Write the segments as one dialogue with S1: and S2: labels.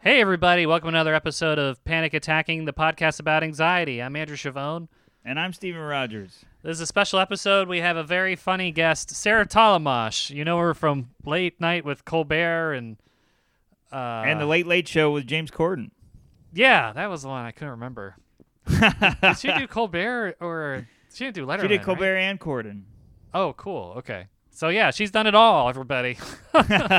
S1: Hey, everybody. Welcome to another episode of Panic Attacking, the podcast about anxiety. I'm Andrew Chavone.
S2: And I'm Steven Rogers.
S1: This is a special episode. We have a very funny guest, Sarah Talamash. You know her from Late Night with Colbert and. Uh,
S2: and the Late Late Show with James Corden.
S1: Yeah, that was the one I couldn't remember. Did she do Colbert or. She didn't do Letterman.
S2: She did
S1: right?
S2: Colbert and Corden.
S1: Oh, cool. Okay. So, yeah, she's done it all, everybody.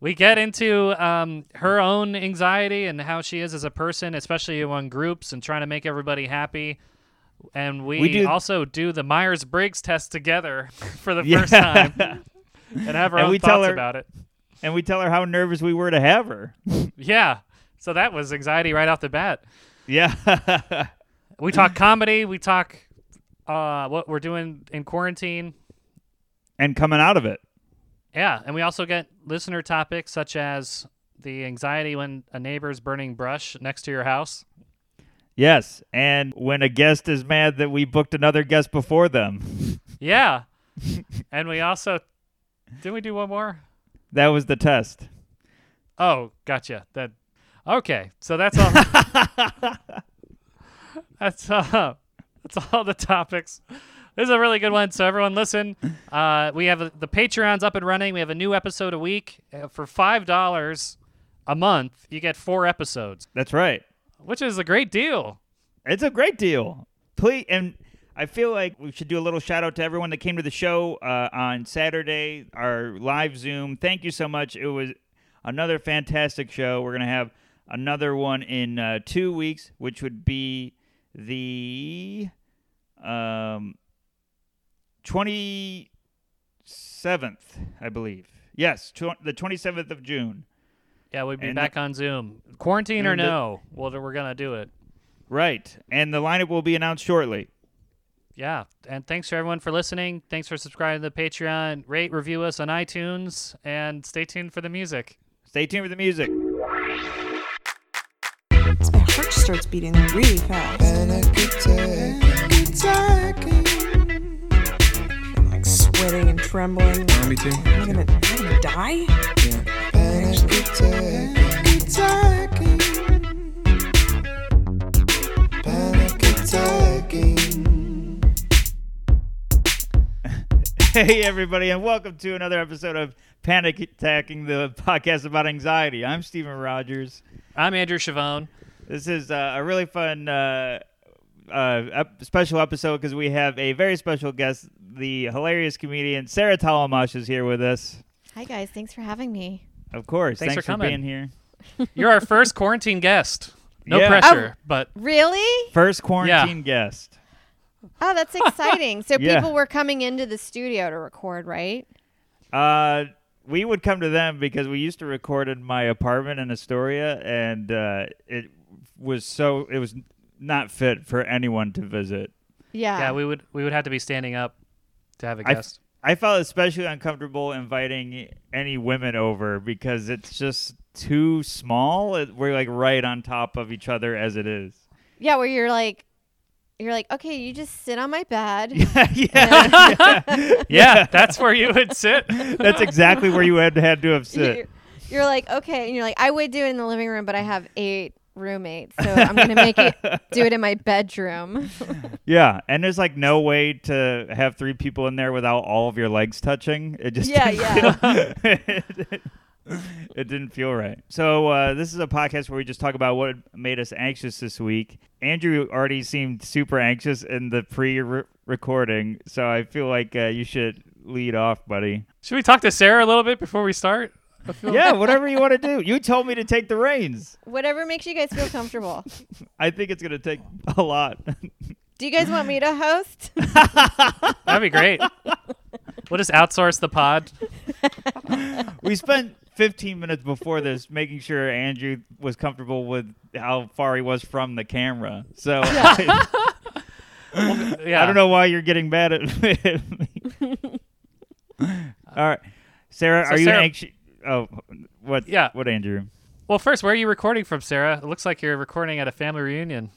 S1: we get into um, her own anxiety and how she is as a person, especially among groups and trying to make everybody happy. And we,
S2: We do-
S1: also do the Myers Briggs test together for the
S2: Yeah.
S1: first time and have our
S2: And
S1: own
S2: we
S1: thoughts
S2: tell her-
S1: about it.
S2: and we tell her how nervous we were to have her.
S1: Yeah. So that was anxiety right off the bat.
S2: yeah.
S1: We talk comedy. We talk uh, what we're doing in quarantine.
S2: and coming out of it.
S1: Yeah, and we also get listener topics such as the anxiety when a neighbor's burning brush next to your house.
S2: Yes. And when a guest is mad that we booked another guest before them.
S1: Yeah. and we also did we do one more?
S2: That was the test.
S1: Oh, gotcha. That okay. So that's all. that's uh, that's all the topics. This is a really good one. So everyone, listen. Uh, we have uh the Patreon's up and running. We have a new episode a week uh, for five dollars a month. You get four episodes,
S2: That's right.
S1: which is a great deal.
S2: It's a great deal. Please, and I feel like we should do a little shout out to everyone that came to the show uh, on Saturday, our live Zoom. Thank you so much. It was another fantastic show. We're gonna have another one in uh, two weeks, which would be the um, twenty seventh, I believe. Yes, tw- the twenty seventh of June.
S1: Yeah, we'll be
S2: And
S1: back on Zoom. Quarantine or
S2: and the-
S1: no, well, we're gonna do it.
S2: Right, and the lineup will be announced shortly.
S1: Yeah, and thanks for everyone for listening. Thanks for subscribing to the Patreon. Rate, review us on iTunes, and stay tuned for the music.
S2: Stay tuned for the music.
S3: My heart starts beating really fast.
S4: And I get tagging.
S3: I'm like sweating and trembling.
S4: Me too.
S3: Am I gonna, am I gonna die?
S4: And I get tagging. Panic attacking.
S2: Hey, everybody, and welcome to another episode of Panic Attacking, the podcast about anxiety. I'm Stephen Rogers.
S1: I'm Andrew Chavone.
S2: This is uh, a really fun uh, uh, ep- special episode because we have a very special guest, the hilarious comedian Sarah Talamash is here with us.
S5: Hi guys, thanks for having me.
S2: Of course,
S1: Thanks
S2: thanks,
S1: for coming.
S2: being here.
S1: You're our first quarantine guest. No
S2: Yeah.
S1: pressure, but
S5: Really?
S2: First quarantine guest.
S5: Oh, that's exciting. So
S2: Yeah.
S5: people were coming into the studio to record, right?
S2: Uh, we would come to them because we used to record in my apartment in Astoria, and uh, it was so it was not fit for anyone to visit.
S5: Yeah.
S1: yeah, we would we would have to be standing up to have a
S2: I-
S1: guest.
S2: I felt especially uncomfortable inviting any women over because it's just too small. It- We're like right on top of each other as it is.
S5: yeah, where you're like you're like, "Okay, you just sit on my bed."
S2: yeah,
S1: yeah, that's where you would sit.
S2: that's exactly where you had to had to have
S5: you're,
S2: sit.
S5: you're like, "Okay." And you're like, "I would do it in the living room, but I have 8 roommates, so I'm going to make it do it in my bedroom."
S2: Yeah, and there's like no way to have three people in there without all of your legs touching. It just
S5: Yeah,
S2: didn't feel- it didn't feel right. So uh, this is a podcast where we just talk about what made us anxious this week. Andrew already seemed super anxious in the pre-recording, so I feel like uh, you should lead off, buddy.
S1: Should we talk to Sarah a little bit before we start?
S2: Yeah, whatever you want to do. You told me to take the reins.
S5: Whatever makes you guys feel comfortable.
S2: I think it's gonna take a lot.
S5: do you guys want me to host?
S1: That'd be great. we'll just outsource the pod.
S2: we spent 15 minutes before this making sure Andrew was comfortable with how far he was from the camera. So I,
S1: Yeah,
S2: I don't know why you're getting mad at me. All right, Sarah,
S1: So
S2: are you
S1: Sarah-
S2: anxious? Oh, what?
S1: Yeah.
S2: What, Andrew?
S1: Well, first, where are you recording from, Sarah? It looks like you're recording at a family reunion.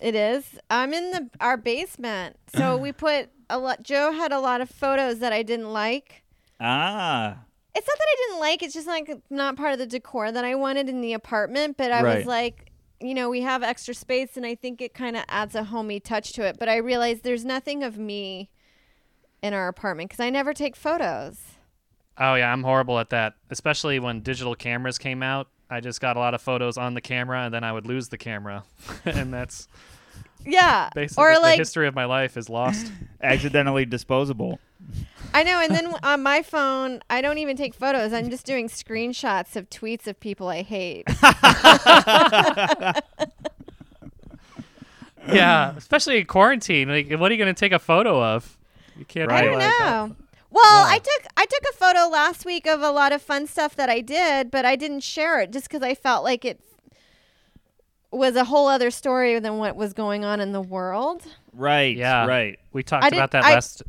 S5: It is. I'm in the our basement. So we put a lot. Joe had a lot of photos that I didn't like,
S2: Ah,
S5: It's not that I didn't like. It's just like not part of the decor that I wanted in the apartment. But I
S2: Right.
S5: was like, you know, we have extra space, and I think it kind of adds a homey touch to it. But I realized there's nothing of me in our apartment because I never take photos.
S1: Oh yeah, I'm horrible at that. Especially when digital cameras came out. I just got a lot of photos on the camera and then I would lose the camera. and that's
S5: Yeah,
S1: basically
S5: or
S1: the
S5: like
S1: history of my life is lost.
S2: Accidentally disposable.
S5: I know. And then on my phone, I don't even take photos. I'm just doing screenshots of tweets of people I hate.
S1: yeah. Especially in quarantine. Like what are you gonna take a photo of? You can't
S5: I
S2: Right.
S5: don't
S1: realize that.
S5: know. Well,
S1: Yeah.
S5: I took I took a photo last week of a lot of fun stuff that I did, but I didn't share it just because I felt like it was a whole other story than what was going on in the world.
S2: Right.
S1: Yeah.
S2: Right.
S1: We talked
S5: I
S1: about that
S5: didn't- I-
S1: last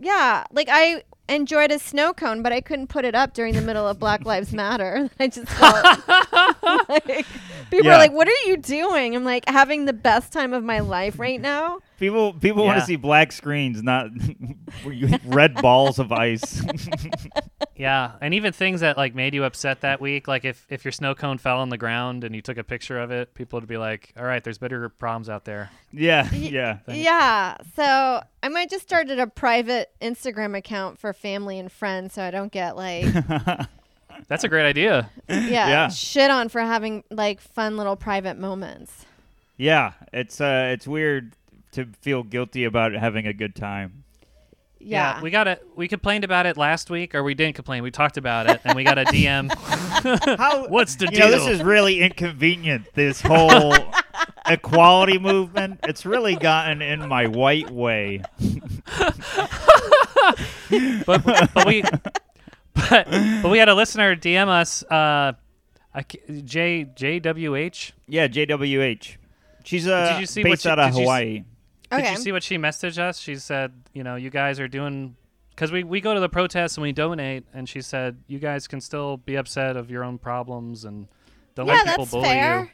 S5: Yeah, like I enjoyed a snow cone, but I couldn't put it up during the middle of Black Lives Matter. I just felt like people
S2: Yeah.
S5: are like, "What are you doing?" I'm like having the best time of my life right now.
S2: People people want
S1: Yeah.
S2: to see black screens, not red balls of ice.
S1: Yeah, and even things that like made you upset that week, like if if your snow cone fell on the ground and you took a picture of it, people would be like, "All right, there's bigger problems out there."
S2: yeah. Yeah.
S5: Yeah, so I might just started a private Instagram account for family and friends, so I don't get like
S1: That's a great idea.
S5: yeah,
S2: Yeah.
S5: shit on for having like fun little private moments.
S2: Yeah. It's uh it's weird to feel guilty about having a good time.
S5: Yeah,
S1: we got it. We complained about it last week, or we didn't complain. We talked about it, and we got a DM.
S2: How
S1: What's the
S2: you know, this
S1: deal?
S2: is really inconvenient. This whole equality movement. It's really gotten in my white way.
S1: but but we but, but we had a listener DM us uh, I ca- J JWH.
S2: Yeah. JWH. She's uh
S1: Did you see what
S2: based
S1: you-
S2: out of
S1: did you s-
S2: Hawaii.
S5: okay.
S1: Did you see what she messaged us? She said, you know, you guys are doing because we, we go to the protests and we donate, and she said, you guys can still be upset of your own problems and don't
S5: yeah,
S1: let people
S5: that's
S1: bully
S5: fair.
S1: you.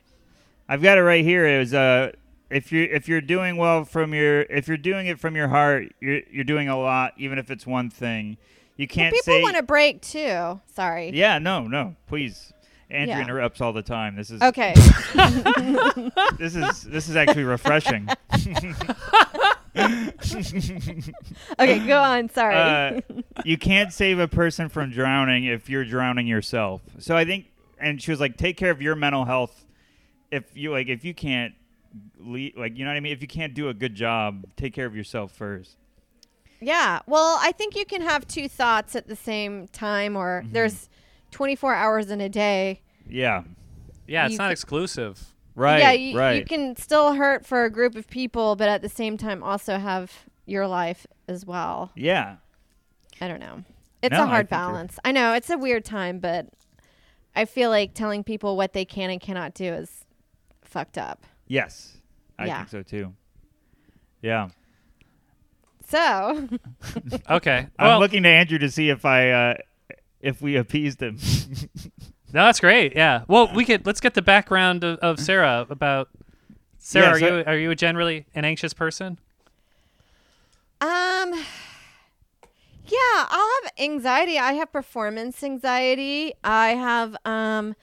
S2: I've got it right here. It was uh, if you if you're doing well from your if you're doing it from your heart, you're you're doing a lot, even if it's one thing. You can't
S5: People
S2: say.
S5: want a break too. Sorry.
S2: yeah, no, no, please. Andrew
S5: Yeah.
S2: interrupts all the time. This is
S5: Okay.
S2: This is this is actually refreshing.
S5: okay, go on. Sorry.
S2: Uh, you can't save a person from drowning if you're drowning yourself. So I think, and she was like, take care of your mental health. If you like, if you can't, le- like, you know what I mean. If you can't do a good job, take care of yourself first.
S5: yeah. Well, I think you can have two thoughts at the same time, or
S1: Mm-hmm.
S5: there's 24 hours in a day.
S2: Yeah.
S1: Yeah, it's
S5: You
S1: not
S5: c-
S1: exclusive.
S2: Right.
S5: yeah, you,
S2: right.
S5: you can still hurt for a group of people, but at the same time also have your life as well.
S2: Yeah.
S5: I don't know. It's
S2: No, I
S5: a hard
S2: think you're-
S5: balance. I know it's a weird time, but I feel like telling people what they can and cannot do is fucked up.
S2: Yes. I
S5: Yeah.
S2: think so too. Yeah.
S5: So,
S1: Okay.
S2: I'm
S1: well,
S2: looking to Andrew to see if I uh, if we appeased him.
S1: no, that's great. Yeah. Well, we could let's get the background of, of Sarah about Sarah.
S2: Yeah,
S1: are
S2: so-
S1: you are you generally an anxious person?
S5: um, yeah, I'll have anxiety. I have performance anxiety. I have um,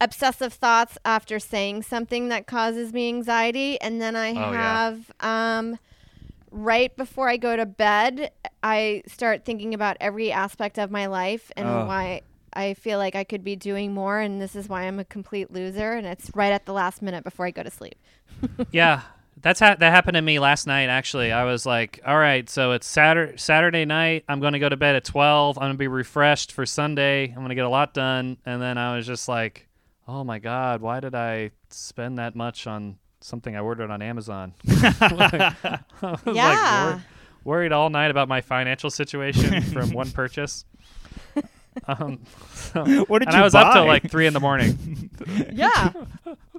S5: obsessive thoughts after saying something that causes me anxiety, and then I
S1: Oh, yeah.
S5: have um, right before I go to bed, I start thinking about every aspect of my life and
S1: Oh.
S2: Ugh.
S5: why I feel like I could be doing more, and this is why I'm a complete loser. And it's right at the last minute before I go to sleep.
S1: Yeah, that's ha- that happened to me last night. Actually, I was like, "All right, so it's Saturday Saturday night. I'm going to go to bed at twelve. I'm going to be refreshed for Sunday. I'm going to get a lot done." And then I was just like, "Oh my god, why did I spend that much on something I ordered on Amazon?" I was like,
S5: Yeah.
S1: wor- worried all night about my financial situation from one purchase. Um, so-
S2: What did
S1: and
S2: you
S1: I was up
S2: buy?
S1: till like three in the morning.
S5: Yeah.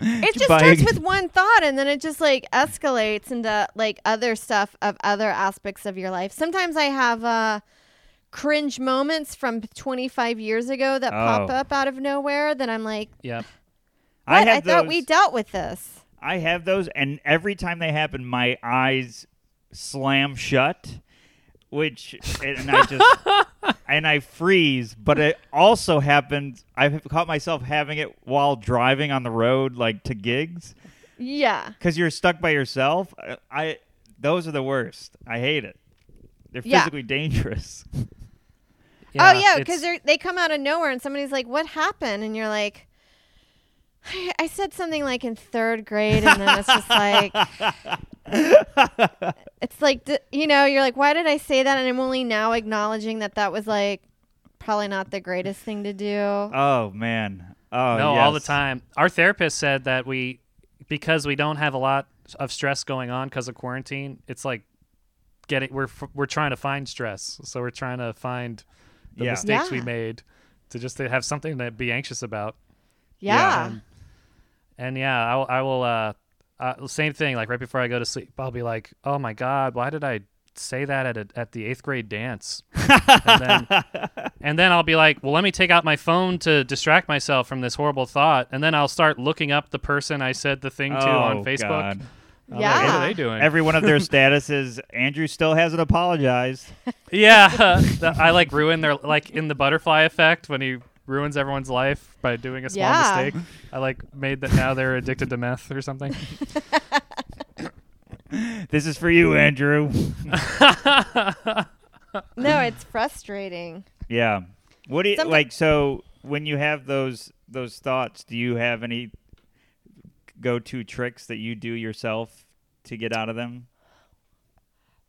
S5: it just
S2: buy
S5: starts
S2: a-
S5: with one thought and then it just like escalates into like other stuff of other aspects of your life. Sometimes I have uh cringe moments from 25 years ago that pop
S2: Oh.
S5: up out of nowhere that I'm like,
S1: Yep.
S5: "What?
S2: have
S5: I, thought
S2: those-
S5: we dealt with this."
S2: I have those, and every time they happen, my eyes slam shut, which and I just and I freeze, but it also happens. I've caught myself having it while driving on the road, like to gigs,
S5: Yeah.
S2: because you're stuck by yourself. I, I those are the worst. I hate it. They're
S5: Yeah.
S2: physically dangerous.
S5: oh yeah,
S1: it's-
S5: because they they come out of nowhere and somebody's like, "What happened?" And you're like, I, "I said something like in third grade," and then it's just like, it's like d- you know, you're like, "Why did I say that?" And I'm only now acknowledging that that was like probably not the greatest thing to do.
S2: Oh man. Oh
S1: no, all the
S2: yes.
S1: time. Our therapist said that we, because we don't have a lot of stress going on because of quarantine, it's like getting we're f- we're trying to find stress, so we're trying to find the
S2: Yeah.
S1: mistakes we
S5: Yeah.
S1: made to just to have something to be anxious about.
S5: yeah.
S1: Um, and yeah, I will. I will uh, uh, same thing. Like right before I go to sleep, I'll be like, "Oh my god, why did I say that at a, at the eighth grade dance?" and, then, and then I'll be like, "Well, let me take out my phone to distract myself from this horrible thought." And then I'll start looking up the person I said the thing to
S2: Oh,
S1: on Facebook.
S2: God.
S1: I'm like, what are
S5: Yeah.
S1: they doing?
S2: Every one of their statuses, Andrew still hasn't apologized.
S1: yeah, the- I like ruin their like in the butterfly effect when he ruins everyone's life by doing a small
S5: Yeah.
S1: mistake. I like made that now they're addicted to meth or something.
S2: This is for
S1: Mm.
S2: you, Andrew.
S5: No, it's frustrating.
S2: yeah. What do you
S5: Someti-
S2: like? So when you have those those thoughts, do you have any go to tricks that you do yourself to get out of them?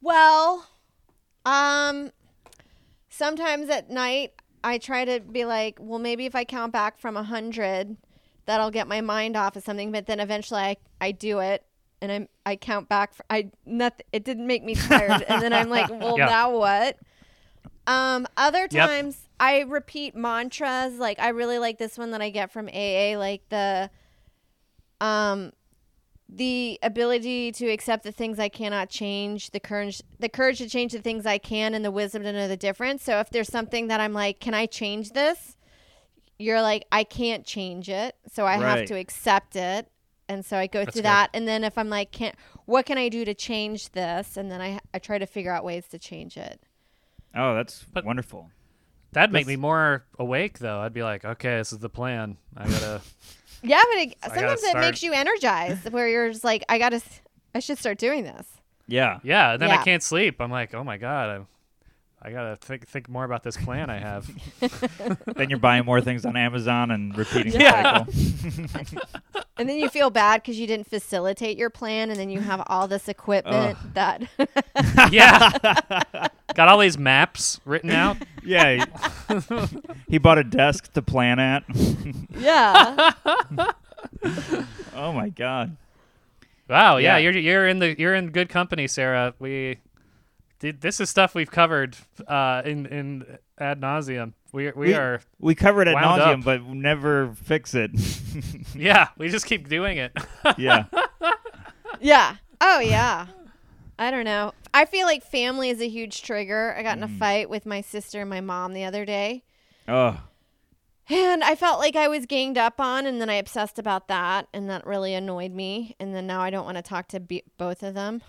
S5: Well, um, sometimes at night I try to be like, well, maybe if I count back from a hundred, that'll get my mind off of something. But then eventually I, I do it and I'm, I count back. For, I, not, it didn't make me tired. and then I'm like, well,
S1: Yeah.
S5: now what? Um, other
S1: Yep.
S5: times I repeat mantras. Like I really like this one that I get from AA, like the, um, the ability to accept the things I cannot change, the courage the courage to change the things I can and the wisdom to know the difference. So if there's something that I'm like, can I change this? You're like, I can't change it, so I
S2: Right.
S5: have to accept it. And so I go through
S1: good.
S5: that and then if I'm like, can what can I do to change this? And then I I try to figure out ways to change it.
S2: Oh, that's
S1: But-
S2: wonderful.
S1: That'd make
S2: This-
S1: me more awake, though. I'd be like, okay, this is the plan. I gotta.
S5: Yeah, but it,
S1: gotta
S5: sometimes it
S1: start-
S5: makes you energized where you're just like, I got to I should start doing this.
S2: Yeah.
S1: yeah. and Then I
S5: Yeah.
S1: can't sleep. I'm like, oh my god, I'm. I gotta think think more about this plan I have.
S2: then you're buying more things on Amazon and repeating the
S5: Yeah.
S2: cycle.
S5: And then you feel bad because you didn't facilitate your plan, and then you have all this equipment that.
S1: yeah. Got all these maps written out.
S2: Yeah. he bought a desk to plan at.
S5: yeah.
S2: oh my god.
S1: Wow. Yeah.
S2: Yeah.
S1: You're you're in the you're in good company, Sarah. We. Did, this is stuff we've covered uh, in in ad nauseum. We we
S2: We-
S1: are
S2: We cover it at
S1: Wound
S2: nauseum,
S1: up.
S2: but never fix it.
S1: yeah. We just keep doing it.
S2: yeah.
S5: Yeah. Oh, yeah. I don't know. I feel like family is a huge trigger. I got in a fight with my sister and my mom the other day,
S2: Oh.
S5: and I felt like I was ganged up on, and then I obsessed about that, and that really annoyed me. And then now I don't want to talk to be- both of them.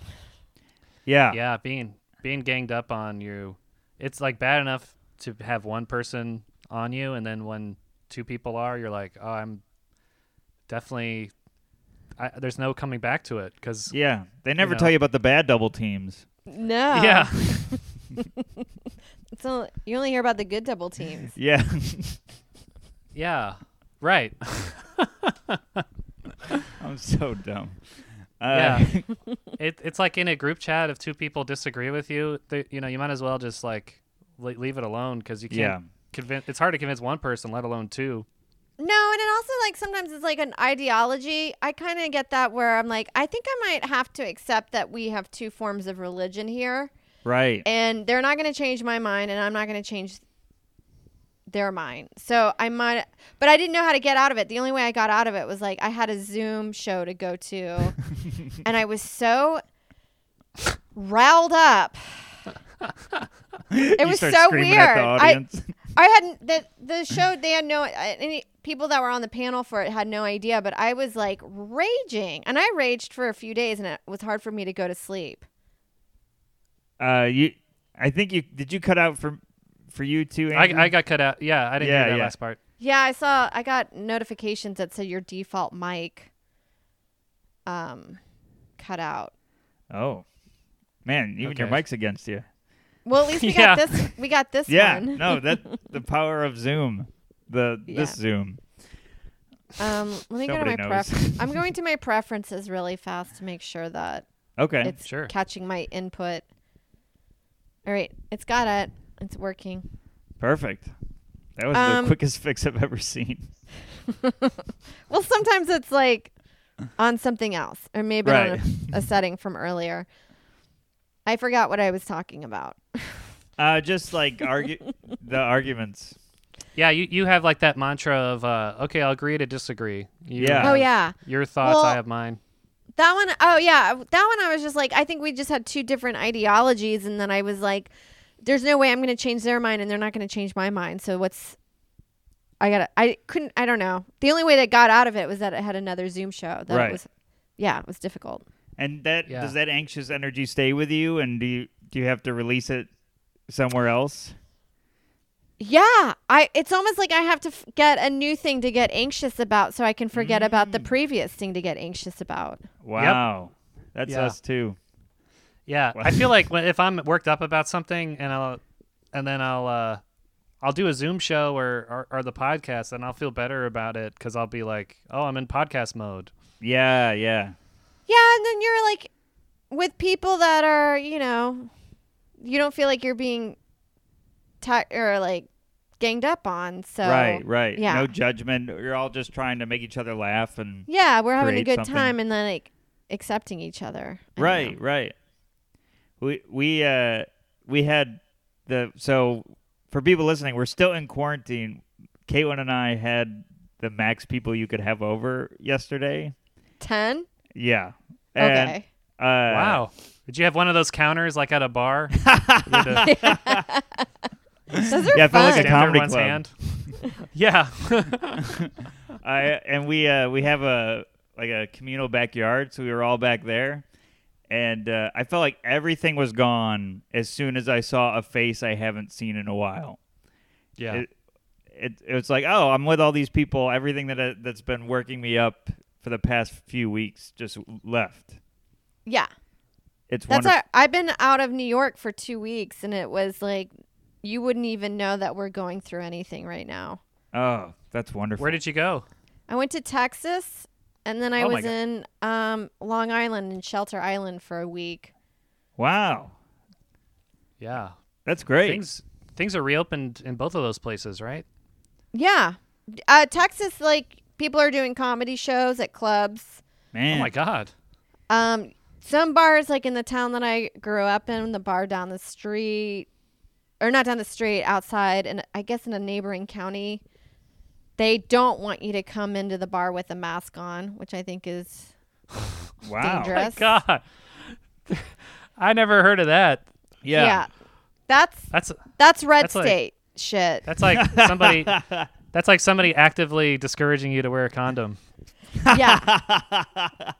S2: Yeah.
S1: yeah being being ganged up on you it's like bad enough to have one person on you and then when two people are you're like oh i'm definitely I, there's no coming back to it because yeah,
S2: Yeah. They never
S1: know.
S2: tell you about the bad double teams.
S5: No. So you only hear about the good double teams.
S2: Yeah.
S1: yeah right
S2: I'm so dumb. Uh,
S1: yeah it, it's like in a group chat if two people disagree with you they, you know you might as well just like le- leave it alone because you can't
S2: Yeah.
S1: convince it's hard to convince one person let alone two
S5: No, and it also like sometimes it's like an ideology. I kind of get that where I'm like, I think I might have to accept that we have two forms of religion here,
S2: Right.
S5: and they're not going to change my mind, and I'm not going to change their mind. So I might, but I didn't know how to get out of it. The only way I got out of it was like I had a Zoom show to go to, and I was so riled up. It
S2: You
S5: was
S2: start
S5: so
S2: screaming
S5: weird.
S2: At the
S5: I,
S2: audience.
S5: I hadn't the the show. They had no uh, any people that were on the panel for it had no idea. But I was like raging, and I raged for a few days, and it was hard for me to go to sleep.
S2: uh, you, I think you did. You cut out for for you too. Andrew?
S1: I, I got cut out. Yeah, I didn't
S2: Yeah,
S1: hear that
S2: yeah.
S1: last part.
S5: Yeah, I saw. I got notifications that said your default mic um cut out.
S2: oh man, even your
S1: Okay.
S2: mic's against you.
S5: Well, at least we
S1: Yeah.
S5: got this. We got this
S2: Yeah,
S5: one.
S2: no, that the power of Zoom, the this
S5: Yeah.
S2: Zoom.
S5: Um, let me go to my
S2: Nobody knows.
S5: pref. I'm going to my preferences really fast to make sure that
S2: Okay,
S5: it's
S1: Sure.
S5: catching my input. All right, it's got it. It's working.
S2: perfect. That was
S5: Um,
S2: the quickest fix I've ever seen.
S5: Well, sometimes it's like on something else, or maybe
S2: Right.
S5: on a, a setting from earlier. I forgot what I was talking about.
S2: Uh, just like argue the arguments.
S1: Yeah, you, you have like that mantra of uh, okay, I'll agree to disagree. You
S2: Yeah.
S5: Oh
S1: have
S5: yeah,
S1: your thoughts,
S5: Well-
S1: I have mine.
S5: that one oh yeah, that one I was just like, I think we just had two different ideologies, and then I was like, there's no way I'm going to change their mind, and they're not going to change my mind. So what's I gotta. I couldn't. I don't know. The only way that got out of it was that it had another Zoom show. That
S2: Right.
S5: was, yeah, it was difficult.
S2: And that
S1: Yeah.
S2: does that anxious energy stay with you, and do you do you have to release it somewhere else?
S5: Yeah, I. It's almost like I have to f- get a new thing to get anxious about, so I can forget about
S2: Mm.
S5: the previous thing to get anxious about.
S2: Wow, that's
S1: Yeah.
S2: us too.
S1: Yeah,
S2: Wow.
S1: I feel like when, if I'm worked up about something and I'll and then I'll uh, I'll do a Zoom show or, or or the podcast and I'll feel better about it because I'll be like, oh, I'm in podcast mode.
S2: Yeah, yeah.
S5: Yeah, and then you're like with people that are, you know, you don't feel like you're being ta- or like ganged up on. So
S2: right, right.
S5: Yeah,
S2: No judgment. You're all just trying to make each other laugh and
S5: yeah, we're having a
S2: create
S5: good
S2: something.
S5: time, and then like accepting each other. I don't
S2: Right,
S5: know.
S2: right. We we uh we had the so for people listening, we're still in quarantine. Caitlin and I had the max people you could have over yesterday.
S5: Ten.
S2: Yeah. And,
S5: Okay.
S2: Uh,
S1: wow, did you have one of those counters like at a bar? You had to
S5: Those are
S2: Yeah, I felt like
S5: fun.
S1: stand
S2: a comedy
S1: everyone's
S2: club.
S1: hand. yeah,
S2: I and we uh we have a like a communal backyard, so we were all back there. And uh, I felt like everything was gone as soon as I saw a face I haven't seen in a while.
S1: yeah.
S2: it, it it was like oh I'm with all these people everything that uh, that's been working me up for the past few weeks just left
S5: yeah,
S2: it's
S5: that's
S2: wonderful
S5: our, I've been out of New York for two weeks, and it was like you wouldn't even know that we're going through anything right now.
S2: oh that's wonderful
S1: Where did you go?
S5: I went to Texas and then I
S1: Oh my
S5: was
S1: God.
S5: in um, Long Island and Shelter Island for a week.
S2: wow
S1: Yeah,
S2: that's great
S1: things things are reopened in both of those places, right?
S5: Yeah. Uh, Texas, like, people are doing comedy shows at clubs.
S2: man
S1: Oh my god.
S5: Um, some bars, like in the town that I grew up in, the bar down the street, or not down the street, outside, and I guess in a neighboring county, they don't want you to come into the bar with a mask on, which I think is
S2: wow
S5: dangerous.
S1: God, I never heard of that.
S2: yeah
S5: That's
S1: That's
S5: that's red
S1: That's like-
S5: state shit.
S1: that's like somebody that's like somebody actively discouraging you to wear a condom.
S5: yeah.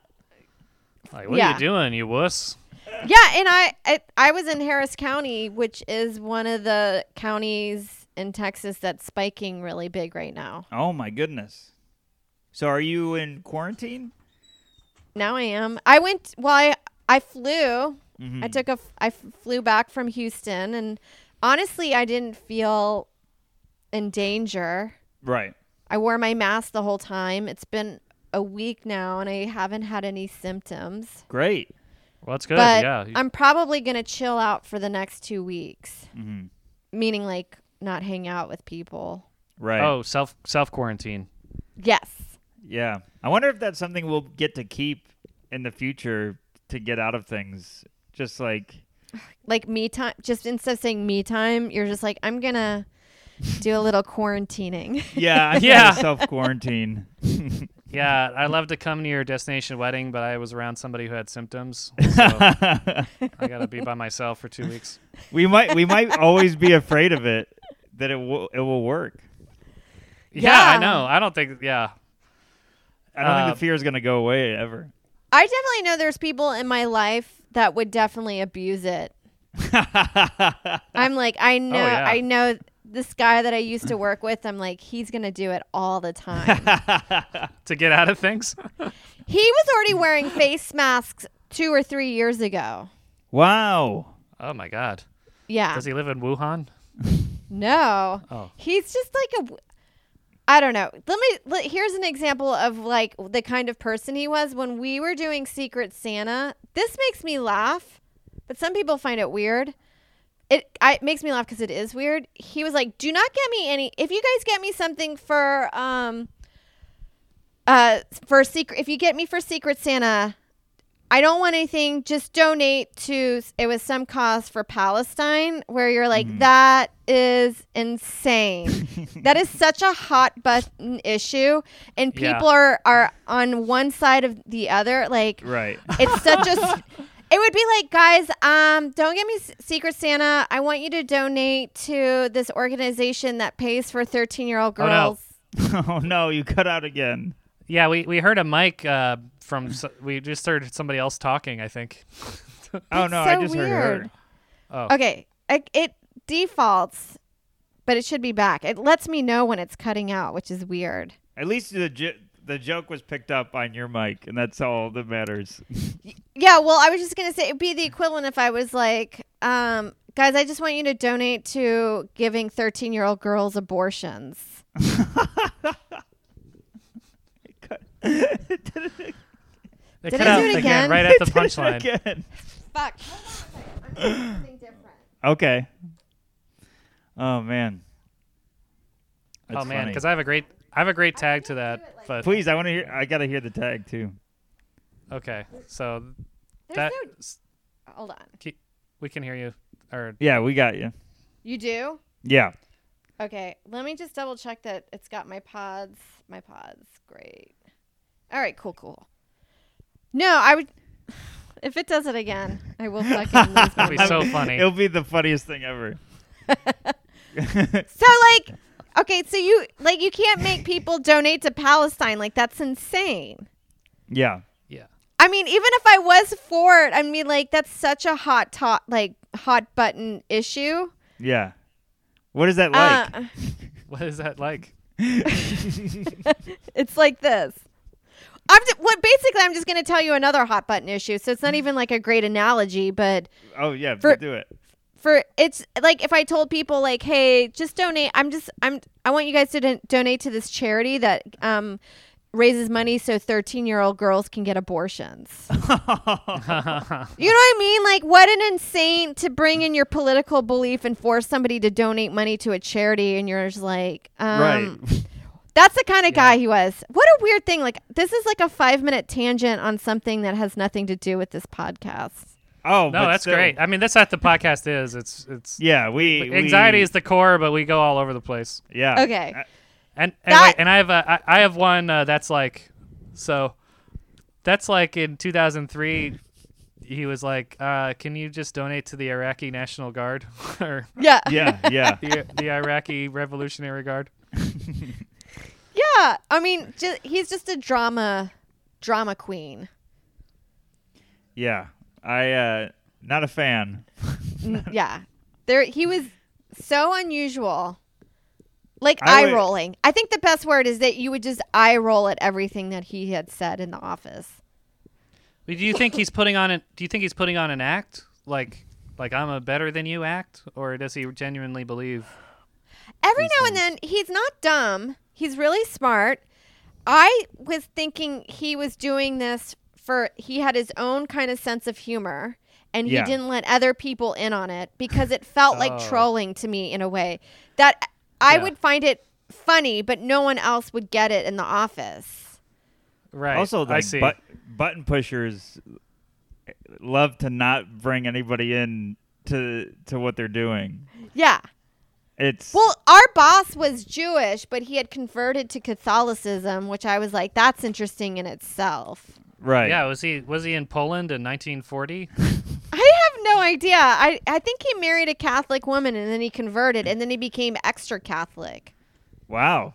S1: Like, what are
S5: Yeah.
S1: you doing, you wuss?
S5: Yeah, and I, I I was in Harris County, which is one of the counties in Texas that's spiking really big right now.
S2: oh my goodness so are you in quarantine
S5: Now I am. I went. Well, I I flew.
S1: Mm-hmm.
S5: I took a. f- I f- flew back from Houston, and honestly, I didn't feel in danger.
S2: right
S5: I wore my mask the whole time. It's been a week now, and I haven't had any symptoms.
S2: great
S1: Well, that's good.
S5: but
S1: yeah, You-
S5: I'm probably gonna chill out for the next two weeks,
S1: Mm-hmm.
S2: Mhm.
S5: meaning like not hang out with people.
S2: right
S1: oh, self self quarantine.
S5: Yes.
S2: yeah I wonder if that's something we'll get to keep in the future to get out of things just like
S5: Like me time, just instead of saying me time, you're just like, I'm going to do a little quarantining.
S2: yeah I'm
S1: Yeah.
S2: self quarantine
S1: Yeah, I love to come to your destination wedding, but I was around somebody who had symptoms, so I gotta be by myself for two weeks.
S2: We might we might always be afraid of it that it will it will work.
S1: Yeah,
S5: Yeah.
S1: I know. I don't think. Yeah,
S2: I don't think
S1: Uh,
S2: the fear is going to go away ever.
S5: I definitely know there's people in my life that would definitely abuse it. I'm like, I know,
S1: Oh, yeah.
S5: I know this guy that I used to work with, I'm like, he's gonna do it all the time.
S1: to get out of things.
S5: he was already wearing face masks two or three years ago.
S2: Wow.
S1: oh my God.
S5: Yeah.
S1: Does he live in Wuhan?
S5: No.
S1: Oh.
S5: He's just like a w- I don't know. Let me let, here's an example of like the kind of person he was when we were doing Secret Santa. This makes me laugh, but some people find it weird. It, I, it makes me laugh because it is weird. He was like, "Do not get me any. If you guys get me something for um, uh, for secret. If you get me for Secret Santa, I don't want anything. Just donate to it was some cause for Palestine where you're like that is insane. that is such a hot button issue and
S1: Yeah.
S5: people are are on one side of the other like
S2: Right.
S5: it's such a s- It would be like, guys, um, don't get me S- Secret Santa. I want you to donate to this organization that pays for 13 year old
S1: Oh, no.
S5: girls.
S2: oh no, you cut out again.
S1: Yeah, we, we heard a mic uh, from, s- we just heard somebody else talking, I think.
S2: Oh
S5: It's
S2: no, I
S5: so
S2: just heard Oh. her.
S5: weird. Okay, I, it defaults, but it should be back. It lets me know when it's cutting out, which is weird.
S2: At least the jo- the joke was picked up on your mic, and that's all that matters.
S5: Yeah, well, I was just gonna say it'd be the equivalent if I was like, um, guys, I just want you to donate to giving thirteen-year-old girls abortions.
S2: Cut. Did it
S1: They
S5: Did
S1: cut
S5: I
S1: out
S5: do it again?
S1: right at the
S2: did it
S1: punchline.
S2: again.
S5: Fuck. Hold on a second. I'm gonna do something different.
S2: Okay. Oh man.
S1: Oh
S2: That's
S1: man,
S2: funny.
S1: because I have a great I have a great tag to that. But
S2: please, I want to hear. I gotta hear the tag too.
S1: okay, so
S5: There's
S1: that
S5: no.
S1: s-
S5: Hold on.
S1: ke- we can hear you. Or
S2: Yeah, we got you.
S5: You do?
S2: Yeah.
S5: Okay. Let me just double check that it's got my pods. My pods. Great. All right. Cool. Cool. No, I would. If it does it again, I will fucking lose my
S1: That'd be so funny.
S2: It'll be the funniest thing ever.
S5: So like, okay, so you like you can't make people donate to Palestine. Like that's insane.
S2: Yeah.
S1: yeah,
S5: I mean, even if I was for it, I mean, like that's such a hot top, like hot button issue.
S2: Yeah. What is that like?
S5: Uh,
S1: what is that like?
S5: it's like this. I'm just, what basically I'm just going to tell you another hot button issue. So it's not even like a great analogy, but
S2: oh yeah,
S5: for-
S2: do it.
S5: for it's like if I told people like, hey, just donate. I'm just I'm I want you guys to don- donate to this charity that um raises money so 13 year old girls can get abortions. you know what I mean? Like, what an insane to bring in your political belief and force somebody to donate money to a charity, and you're just like, um,
S2: right.
S5: That's the kind of guy he was. What a weird thing. Like, this is like a five minute tangent on something that has nothing to do with this podcast.
S2: Oh
S1: No,
S2: but
S1: that's
S2: still-
S1: great. I mean, that's what the podcast is. It's it's
S2: Yeah, we
S1: anxiety
S2: we-
S1: is the core, but we go all over the place.
S2: yeah.
S5: Okay.
S2: Uh,
S1: And and,
S5: That-
S1: wait, and I have a, I, I have one uh, that's like so that's like in 2003 he was like uh, can you just donate to the Iraqi National Guard or
S5: Yeah.
S2: yeah, yeah.
S1: the, the Iraqi Revolutionary Guard
S5: Yeah, I mean, ju- he's just a drama, drama queen.
S2: Yeah. I uh not a fan.
S5: N- Mm, yeah, there he was so unusual, like
S2: I
S5: eye
S2: would-
S5: rolling. I think the best word is that you would just eye roll at everything that he had said in the office.
S1: do you think he's putting on an do you think he's putting on an act like like I'm a better than you act or does he genuinely believe
S5: Every now and then, he's not dumb. He's really smart. I was thinking he was doing this for he had his own kind of sense of humor and
S2: Yeah.
S5: he didn't let other people in on it because it felt like
S1: Oh.
S5: trolling to me in a way that I
S1: Yeah.
S5: would find it funny, but no one else would get it in the office.
S1: right
S2: also like
S1: I see
S2: But- button pushers love to not bring anybody in to to what they're doing.
S5: Yeah.
S2: It's
S5: Well, our boss was Jewish, but he had converted to Catholicism, which I was like, that's interesting in itself.
S2: right.
S1: yeah was he was he in Poland in 1940
S5: I have no idea. I, I think he married a Catholic woman and then he converted and then he became extra Catholic.
S2: Wow.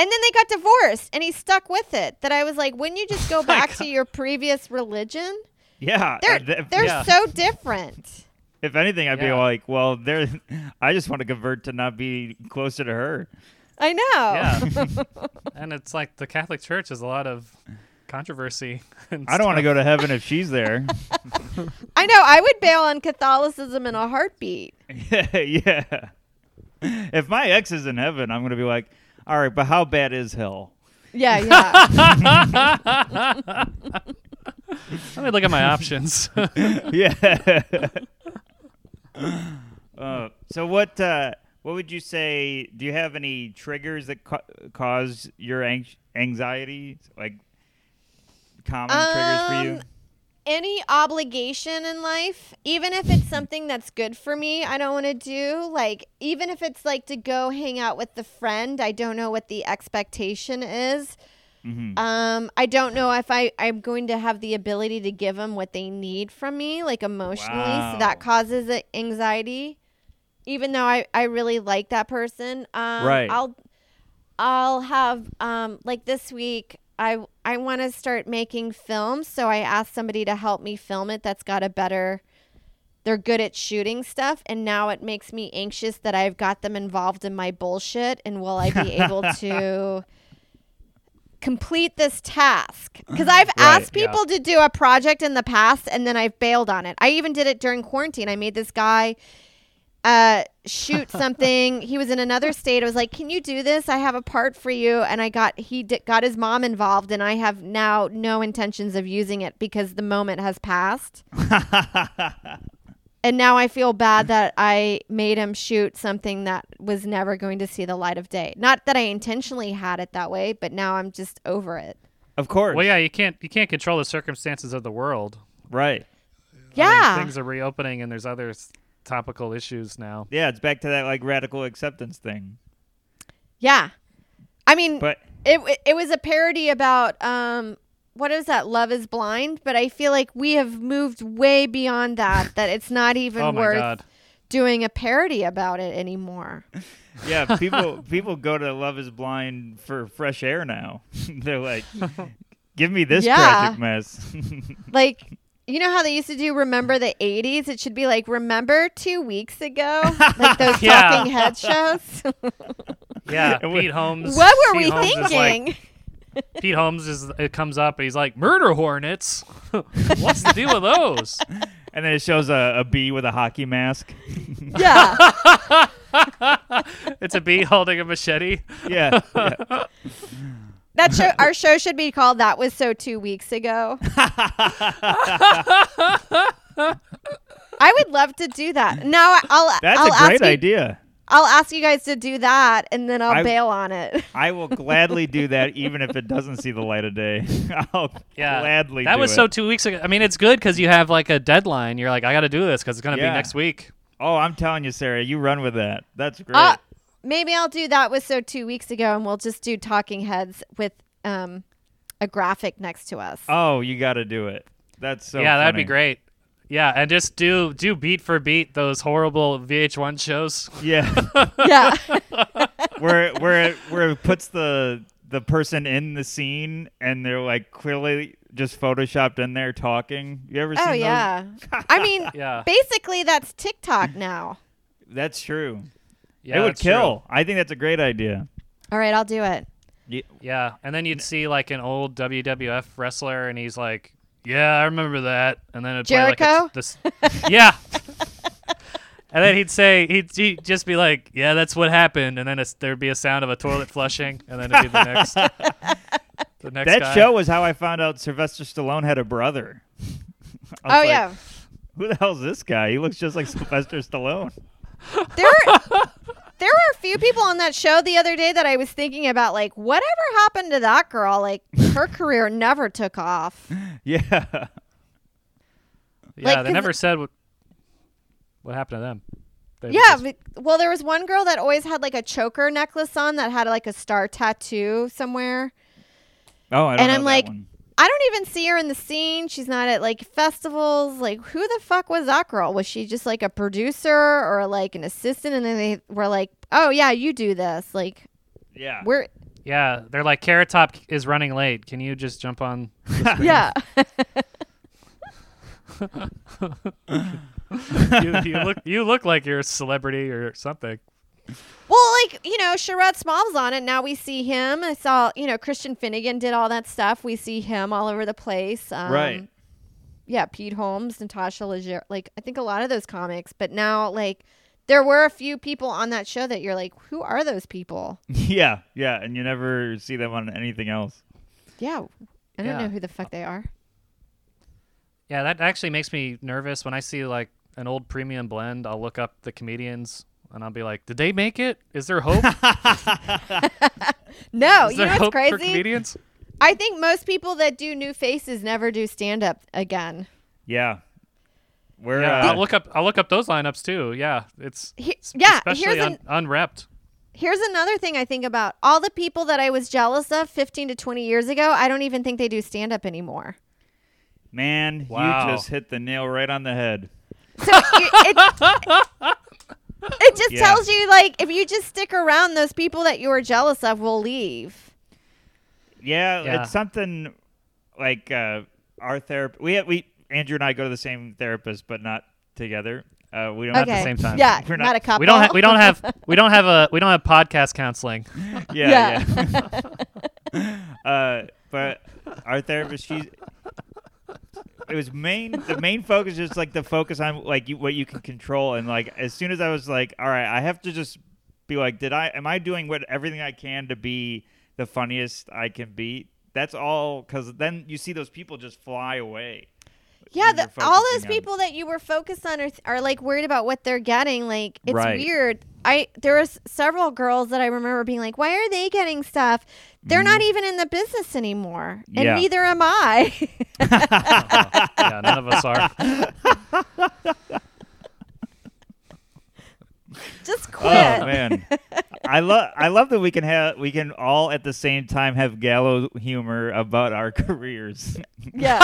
S5: And then they got divorced and he stuck with it. That I was like, wouldn't you just go back to your previous religion?
S2: Yeah.
S5: They're
S2: uh, th-
S5: they're
S1: yeah.
S5: so different.
S2: If anything, I'd be
S1: Yeah.
S2: like, well, there. I just want to convert to not be closer to her.
S5: I know.
S1: Yeah. and it's like the Catholic Church is a lot of controversy. And
S2: I don't want to go to heaven if she's there.
S5: I know. I would bail on Catholicism in a heartbeat.
S2: yeah, yeah. If my ex is in heaven, I'm gonna be like, all right, but how bad is hell?
S5: Yeah, yeah.
S1: Let me look at my options.
S2: yeah. uh, so what? Uh, what would you say? Do you have any triggers that ca- cause your ang- anxiety? Like common triggers for
S5: Um, Any obligation in life, even if it's something that's good for me, I don't want to do. Like, even if it's like to go hang out with the friend, I don't know what the expectation is.
S2: you? hmm
S5: Um, I don't know if I, I'm going to have the ability to give them what they need from me, like emotionally.
S2: Wow.
S5: So that causes a- anxiety, even though I, I really like that person. Um,
S2: Right.
S5: I'll, I'll have, um, like this week, I, I want to start making films. So I asked somebody to help me film it that's got a better, they're good at shooting stuff. And now it makes me anxious that I've got them involved in my bullshit. And will I be able to complete this task because I've asked
S1: yeah.
S5: people to do a project in the past and then I've bailed on it. I even did it during quarantine. I made this guy uh, shoot something. he was in another state. I was like, "Can you do this? I have a part for you." And I got he di- got his mom involved, and I have now no intentions of using it because the moment has passed. And now I feel bad that I made him shoot something that was never going to see the light of day. Not that I intentionally had it that way, but now I'm just over it.
S2: Of course.
S1: well, yeah, you can't you can't control the circumstances of the world.
S2: Right.
S1: I mean,
S5: Yeah.
S1: things are reopening, and there's other s- topical issues now.
S2: Yeah, it's back to that like radical acceptance thing.
S5: yeah. I mean,
S2: But
S5: it it was a parody about um what is that love is blind, but I feel like we have moved way beyond that that it's not even
S1: Oh my
S5: worth
S1: God.
S5: doing a parody about it anymore.
S2: yeah, people people go to Love Is Blind for fresh air now. They're like, give me this
S5: Yeah.
S2: tragic mess.
S5: Like you know how they used to do remember the 80s? It should be like remember 2 weeks ago, like those
S1: Yeah.
S5: talking head shows.
S1: Yeah,
S2: And we-
S1: Pete Holmes.
S5: what were
S1: Pete
S5: we
S1: Holmes is like-
S5: thinking?
S1: Pete Holmes is it comes up and he's like, "Murder hornets? What's the deal with those?"
S2: and then it shows a, a bee with a hockey mask.
S5: yeah.
S1: It's a bee holding a machete.
S2: yeah. yeah.
S5: That show our show should be called That Was So 2 weeks ago. I would love to do that. Now I'll
S2: That's
S5: I'll
S2: a great
S5: ask you-
S2: idea.
S5: I'll ask you guys to do that and then I'll
S2: I-
S5: bail on it.
S2: I will gladly do that even if it doesn't see the light of day. I'll
S1: Yeah,
S2: gladly
S1: That
S2: do
S1: was
S2: it.
S1: so two weeks ago. I mean, it's good because you have like a deadline. You're like, I got to do this because it's gonna
S2: Yeah.
S1: be next week.
S2: Oh, I'm telling you, Sarah, you run with that. That's great.
S5: Uh, maybe I'll do that with so two weeks ago and we'll just do talking heads with um a graphic next to us.
S2: oh, you got to do it. That's so
S1: yeah, that'd be
S2: funny.
S1: great. Yeah, and just do do beat for beat those horrible VH1 shows.
S2: Yeah.
S5: yeah.
S2: where where it, where it puts the the person in the scene and they're like clearly just photoshopped in there talking. You ever seen
S5: oh
S2: those?
S5: yeah. I mean
S1: Yeah.
S5: basically that's TikTok now.
S2: That's true.
S1: Yeah,
S2: it would
S1: that's true.
S2: kill. I think that's a great idea.
S5: All right, I'll do it.
S1: Yeah, and then you'd see like an old WWF wrestler, and he's like, "Yeah, I remember that." And then it'd Play like
S5: Jericho?
S1: a, this, yeah. And then he'd say he'd, he'd just be like, "Yeah, that's what happened." And then it's, there'd be a sound of a toilet flushing, and then it'd be the next, the next
S2: that
S1: guy.
S2: show was how I found out Sylvester Stallone had a brother. I was
S5: Oh
S2: like,
S5: yeah.
S2: Who the hell's this guy? He looks just like Sylvester Stallone.
S5: There are, there were a few people on that show the other day that I was thinking about like whatever happened to that girl? Like her career never took off.
S2: Yeah.
S1: Yeah,
S5: like,
S1: they
S5: 'cause-
S1: never said what what happened to them. They
S5: Yeah,
S1: just-
S5: but, well, there was one girl that always had like a choker necklace on that had like a star tattoo somewhere.
S2: Oh, I don't
S5: And
S2: know
S5: I'm
S2: that
S5: like,
S2: one.
S5: I don't even see her in the scene. She's not at like festivals. Like, who the fuck was that girl? Was she just like a producer or like an assistant? And then they were like, oh, yeah, you do this. Like,
S2: yeah.
S5: we're,
S1: yeah, they're like Carrot Top is running late. Can you just jump on?
S5: yeah.
S1: you, you look you look like you're a celebrity or something.
S5: Well, like, you know, Sherrod Small's on it. Now we see him. I saw, you know, Christian Finnegan did all that stuff. We see him all over the place. Um,
S2: right.
S5: Yeah, Pete Holmes, Natasha Leggero. Like, I think a lot of those comics. But now, like, there were a few people on that show that you're like, who are those people?
S2: Yeah, yeah, and you never see them on anything else.
S5: Yeah. I don't
S1: Yeah.
S5: know who the fuck they are.
S1: Yeah, that actually makes me nervous when I see like an old premium blend. I'll look up the comedians and I'll be like, "Did they make it? Is there hope?
S5: No,
S1: Is
S5: Oh, you
S1: there
S5: know what's
S1: hope
S5: crazy?
S1: for comedians?"
S5: I think most people that do new faces never do stand up again.
S2: Yeah, we're
S1: Yeah,
S2: uh,
S1: I'll look up. I'll look up those lineups too. Yeah, it's
S5: He-
S1: s-
S5: yeah,
S1: especially
S5: here's
S1: un- unrepped.
S5: Here's another thing I think about all the people that I was jealous of 15 to 20 years ago, I don't even think they do stand up anymore.
S2: man.
S1: Wow.
S2: You just hit the nail right on the head.
S5: So you- it, it just
S2: Yeah.
S5: tells you, like, if you just stick around, those people that you were jealous of will leave.
S2: Yeah,
S1: Yeah.
S2: it's something like uh, our therapist. We we Andrew and I go to the same therapist, but not together. Uh, we don't
S5: okay.
S2: at the same time.
S5: Yeah,
S2: We're
S5: not, a couple.
S1: We don't. Ha- we don't have. We don't have a. We don't have podcast counseling.
S2: yeah, yeah. uh, but our therapist, she's. It was main. The main focus is like the focus on like you, what you can control, and like as soon as I was like, all right, I have to just be like, did I? Am I doing what everything I can to be the funniest I can be? That's all, because then you see those people just fly away.
S5: Yeah,
S2: who
S5: the,
S2: you're
S5: all those
S2: focusing on.
S5: people that you were focused on are, are like worried about what they're getting. Like it's
S2: Right.
S5: weird. I there was several girls that I remember being like, "Why are they getting stuff? They're not even in the business anymore, and
S2: Mm. Yeah.
S5: neither am I."
S1: yeah, none of us are.
S5: Just quit.
S2: Oh man, I love I love that we can have we can all at the same time have gallows humor about our careers.
S5: Yeah,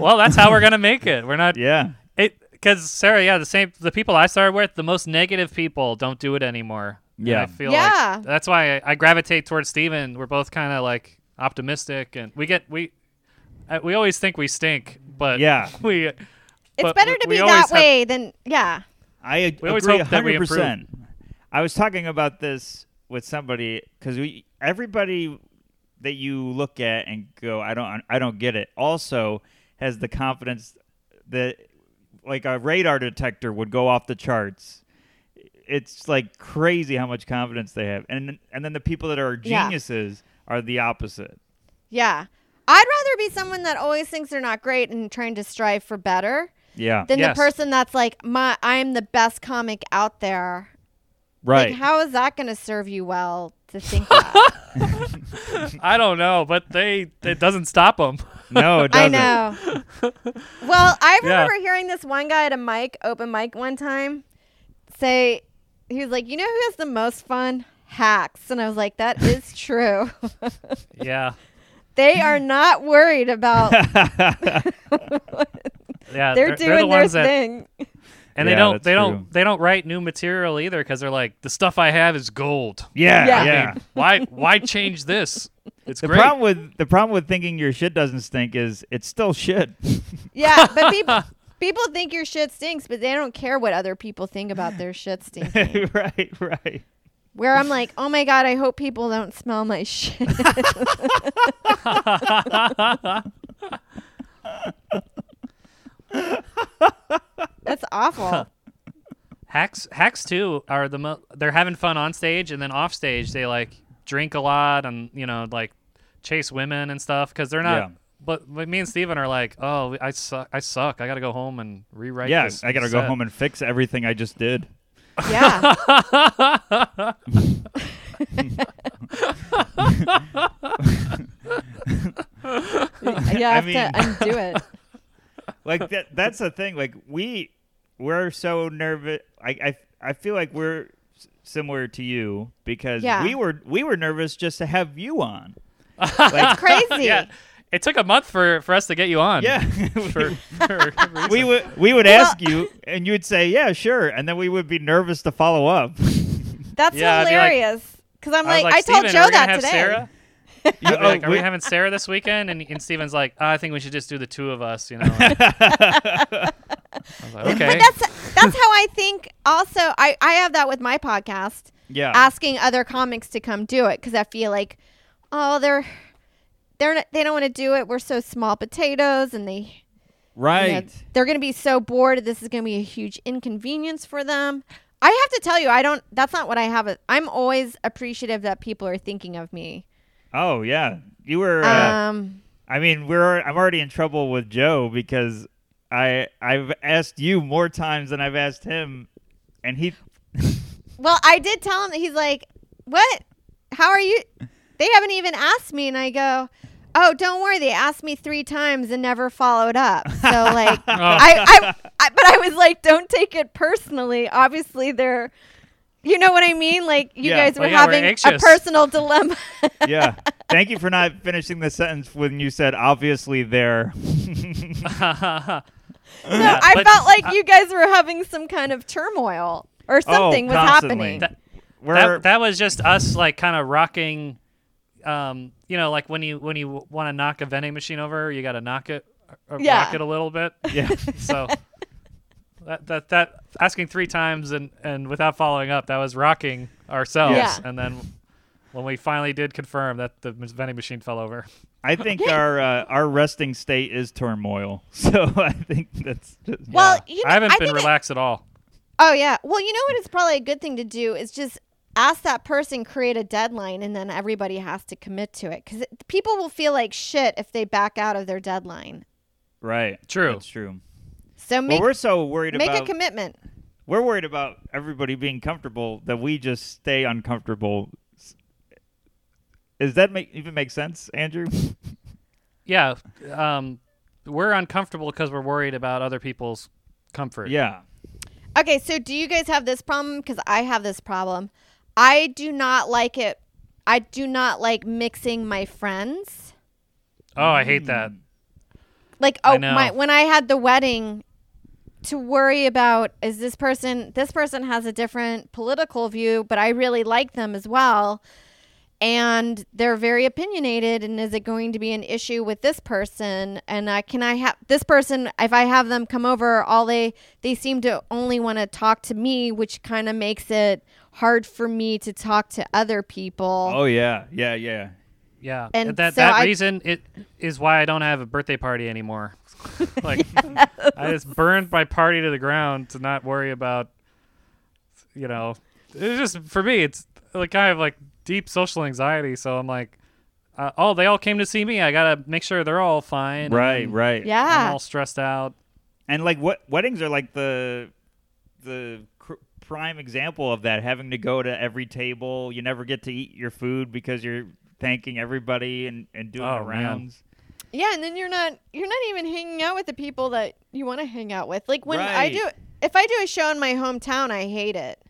S1: Well, that's how we're gonna make it. We're not.
S2: yeah.
S1: It because Sarah, yeah, the same. The people I started with, the most negative people, don't do it anymore. And
S2: Yeah.
S1: I feel
S5: Yeah.
S1: like that's why I, I gravitate towards Steven. We're both kind of like optimistic, and we get we uh, we always think we stink, but
S2: Yeah.
S1: we. uh,
S5: it's
S1: but
S5: better
S1: we-
S5: to
S1: we
S5: be
S1: always
S5: that
S1: have-
S5: way than yeah.
S2: I ag-
S1: We always
S2: agree
S1: hope that we
S2: hundred percent. I was talking about this with somebody because we everybody that you look at and go, I don't, I don't get it. Also, has the confidence that like a radar detector would go off the charts. It's like crazy how much confidence they have, and and then the people that are
S5: Yeah.
S2: geniuses are the opposite.
S5: Yeah, I'd rather be someone that always thinks they're not great and trying to strive for better
S2: Yeah,
S5: than
S1: Yes.
S5: the person that's like, "My, I'm the best comic out there."
S2: right.
S5: Like, how is that going to serve you well to think that?
S1: I don't know, but they it doesn't stop them.
S2: no, it
S5: I
S2: doesn't.
S5: know. well, I
S1: Yeah.
S5: remember hearing this one guy at a mic, open mic one time, say, he was like, you know who has the most fun? Hacks. And I was like, that is true.
S1: yeah,
S5: they are not worried about,
S1: yeah, the
S5: they're doing their
S1: ones that
S5: thing.
S1: and
S2: Yeah,
S1: they don't
S2: that's
S1: they
S2: true.
S1: don't they don't write new material either because they're like the stuff I have is gold.
S2: Yeah,
S5: Yeah.
S2: yeah.
S5: I
S1: why why change this? It's
S2: The
S1: great.
S2: problem with the problem with thinking your shit doesn't stink is it's still shit.
S1: Hmm.
S5: yeah, but people. People think your shit stinks, but they don't care what other people think about their shit stinking.
S2: right, right.
S5: Where I'm like, oh my God, I hope people don't smell my shit. That's awful.
S1: hacks hacks too are the mo- they're having fun on stage and then off stage they like drink a lot and you know like chase women and stuff because they're not.
S2: Yeah.
S1: But, but me and Steven are like, oh, I suck. I suck. I gotta go home and rewrite.
S2: yeah,
S1: this
S2: I gotta go
S1: set."
S2: home and fix everything I just did.
S5: Yeah. you have
S2: mean-
S5: to undo it.
S2: Like that. That's the thing. Like we, we're so nervous. I, I, I feel like we're s- similar to you because
S5: Yeah.
S2: we were we were nervous just to have you on. Like,
S5: Crazy.
S1: Yeah, it took a month for for us to get you on.
S2: yeah.
S1: for, for
S2: we would we would ask you, and you would say, "Yeah, sure," and then we would be nervous to follow up.
S5: That's
S1: Yeah, I'd be like-
S5: hilarious. Because I'm
S1: I was like,
S5: like, I told
S1: "Steven, are
S5: Joe
S1: we gonna
S5: that
S1: have
S5: today.
S1: Sarah?
S2: You-
S1: I'd be like,
S2: oh,
S1: are we
S2: we-
S1: having Sarah this weekend? And, and Steven's like, "Oh, I think we should just do the two of us, you know? I was like, okay.
S5: But that's that's how I think. Also, I I have that with my podcast,
S2: yeah.
S5: asking other comics to come do it because I feel like, oh, they're they're not, they don't want to do it. We're so small potatoes, and they you know,
S2: right.
S5: they're going to be so bored. This is going to be a huge inconvenience for them. I have to tell you, I don't. That's not what I have. I'm always appreciative that people are thinking of me.
S2: Oh yeah. You were. Uh,
S5: Um,
S2: I mean, we're. I'm already in trouble with Joe because I I've asked you more times than I've asked him, and he.
S5: well, I did tell him that he's like, "What? How are you?" They haven't even asked me, and I go, "Oh, don't worry. They asked me three times and never followed up." So like,
S1: Oh.
S5: I, I, I, but I was like, "Don't take it personally. Obviously, they're." You know what I mean? Like you
S2: Yeah.
S5: guys
S1: Well,
S5: were
S1: yeah, we're
S5: having a
S1: anxious.
S5: personal dilemma.
S2: Yeah. Thank you for not finishing the sentence when you said obviously there.
S1: Uh-huh.
S5: No,
S1: Yeah,
S5: I
S1: but-
S5: felt like you guys were having some kind of turmoil or something was
S2: Oh, constantly.
S5: happening.
S1: Oh, That-
S2: we're
S1: that, that was just us, like, kind of rocking. Um, you know, like when you when you want to knock a vending machine over, you got to knock it, or
S5: Yeah.
S1: rock it a little bit.
S2: yeah.
S1: So that, that that asking three times and and without following up, that was rocking ourselves.
S5: Yes.
S1: And then when we finally did confirm that the vending machine fell over,
S2: I think our uh, our resting state is turmoil. So I think that's just,
S5: Well, Uh, you know,
S1: I haven't been
S5: think it-
S1: relaxed at all.
S5: oh yeah. Well, you know what is probably a good thing to do is just ask that person create a deadline, and then everybody has to commit to it because people will feel like shit if they back out of their deadline.
S2: right.
S1: True.
S2: That's true.
S5: So make
S2: well, we're so worried
S5: make
S2: about
S5: a commitment.
S2: we're worried about everybody being comfortable that we just stay uncomfortable. S- Does that make even make sense, Andrew?
S1: Yeah, um, we're uncomfortable because we're worried about other people's comfort.
S2: yeah.
S5: Okay, so do you guys have this problem? Because I have this problem. I do not like it. I do not like mixing my friends.
S1: Oh, I hate that.
S5: like
S1: I
S5: oh
S1: know.
S5: my when i had the wedding to worry about is this person this person has a different political view but i really like them as well and they're very opinionated and is it going to be an issue with this person and uh, can i have this person if i have them come over all they they seem to only want to talk to me which kind of makes it hard for me to talk to other people
S2: Oh yeah. Yeah. Yeah.
S1: Yeah,
S5: And
S1: that
S5: so
S1: that
S5: I-
S1: reason it is why I don't have a birthday party anymore. like I just burned my party to the ground to not worry about, you know, it's just for me it's like kind of like deep social anxiety. So I'm like, uh, oh, they all came to see me. I gotta make sure they're all fine.
S2: Right.
S1: and
S2: Right.
S5: um, yeah
S1: I'm all stressed out.
S2: And like what weddings are like the the cr- prime example of that having to go to every table, you never get to eat your food because you're thanking everybody and and doing
S1: Oh,
S2: the
S1: man.
S2: rounds.
S5: Yeah, and then you're not you're not even hanging out with the people that you want to hang out with. Like when I
S2: Right.
S5: do if I do a show in my hometown, I hate it.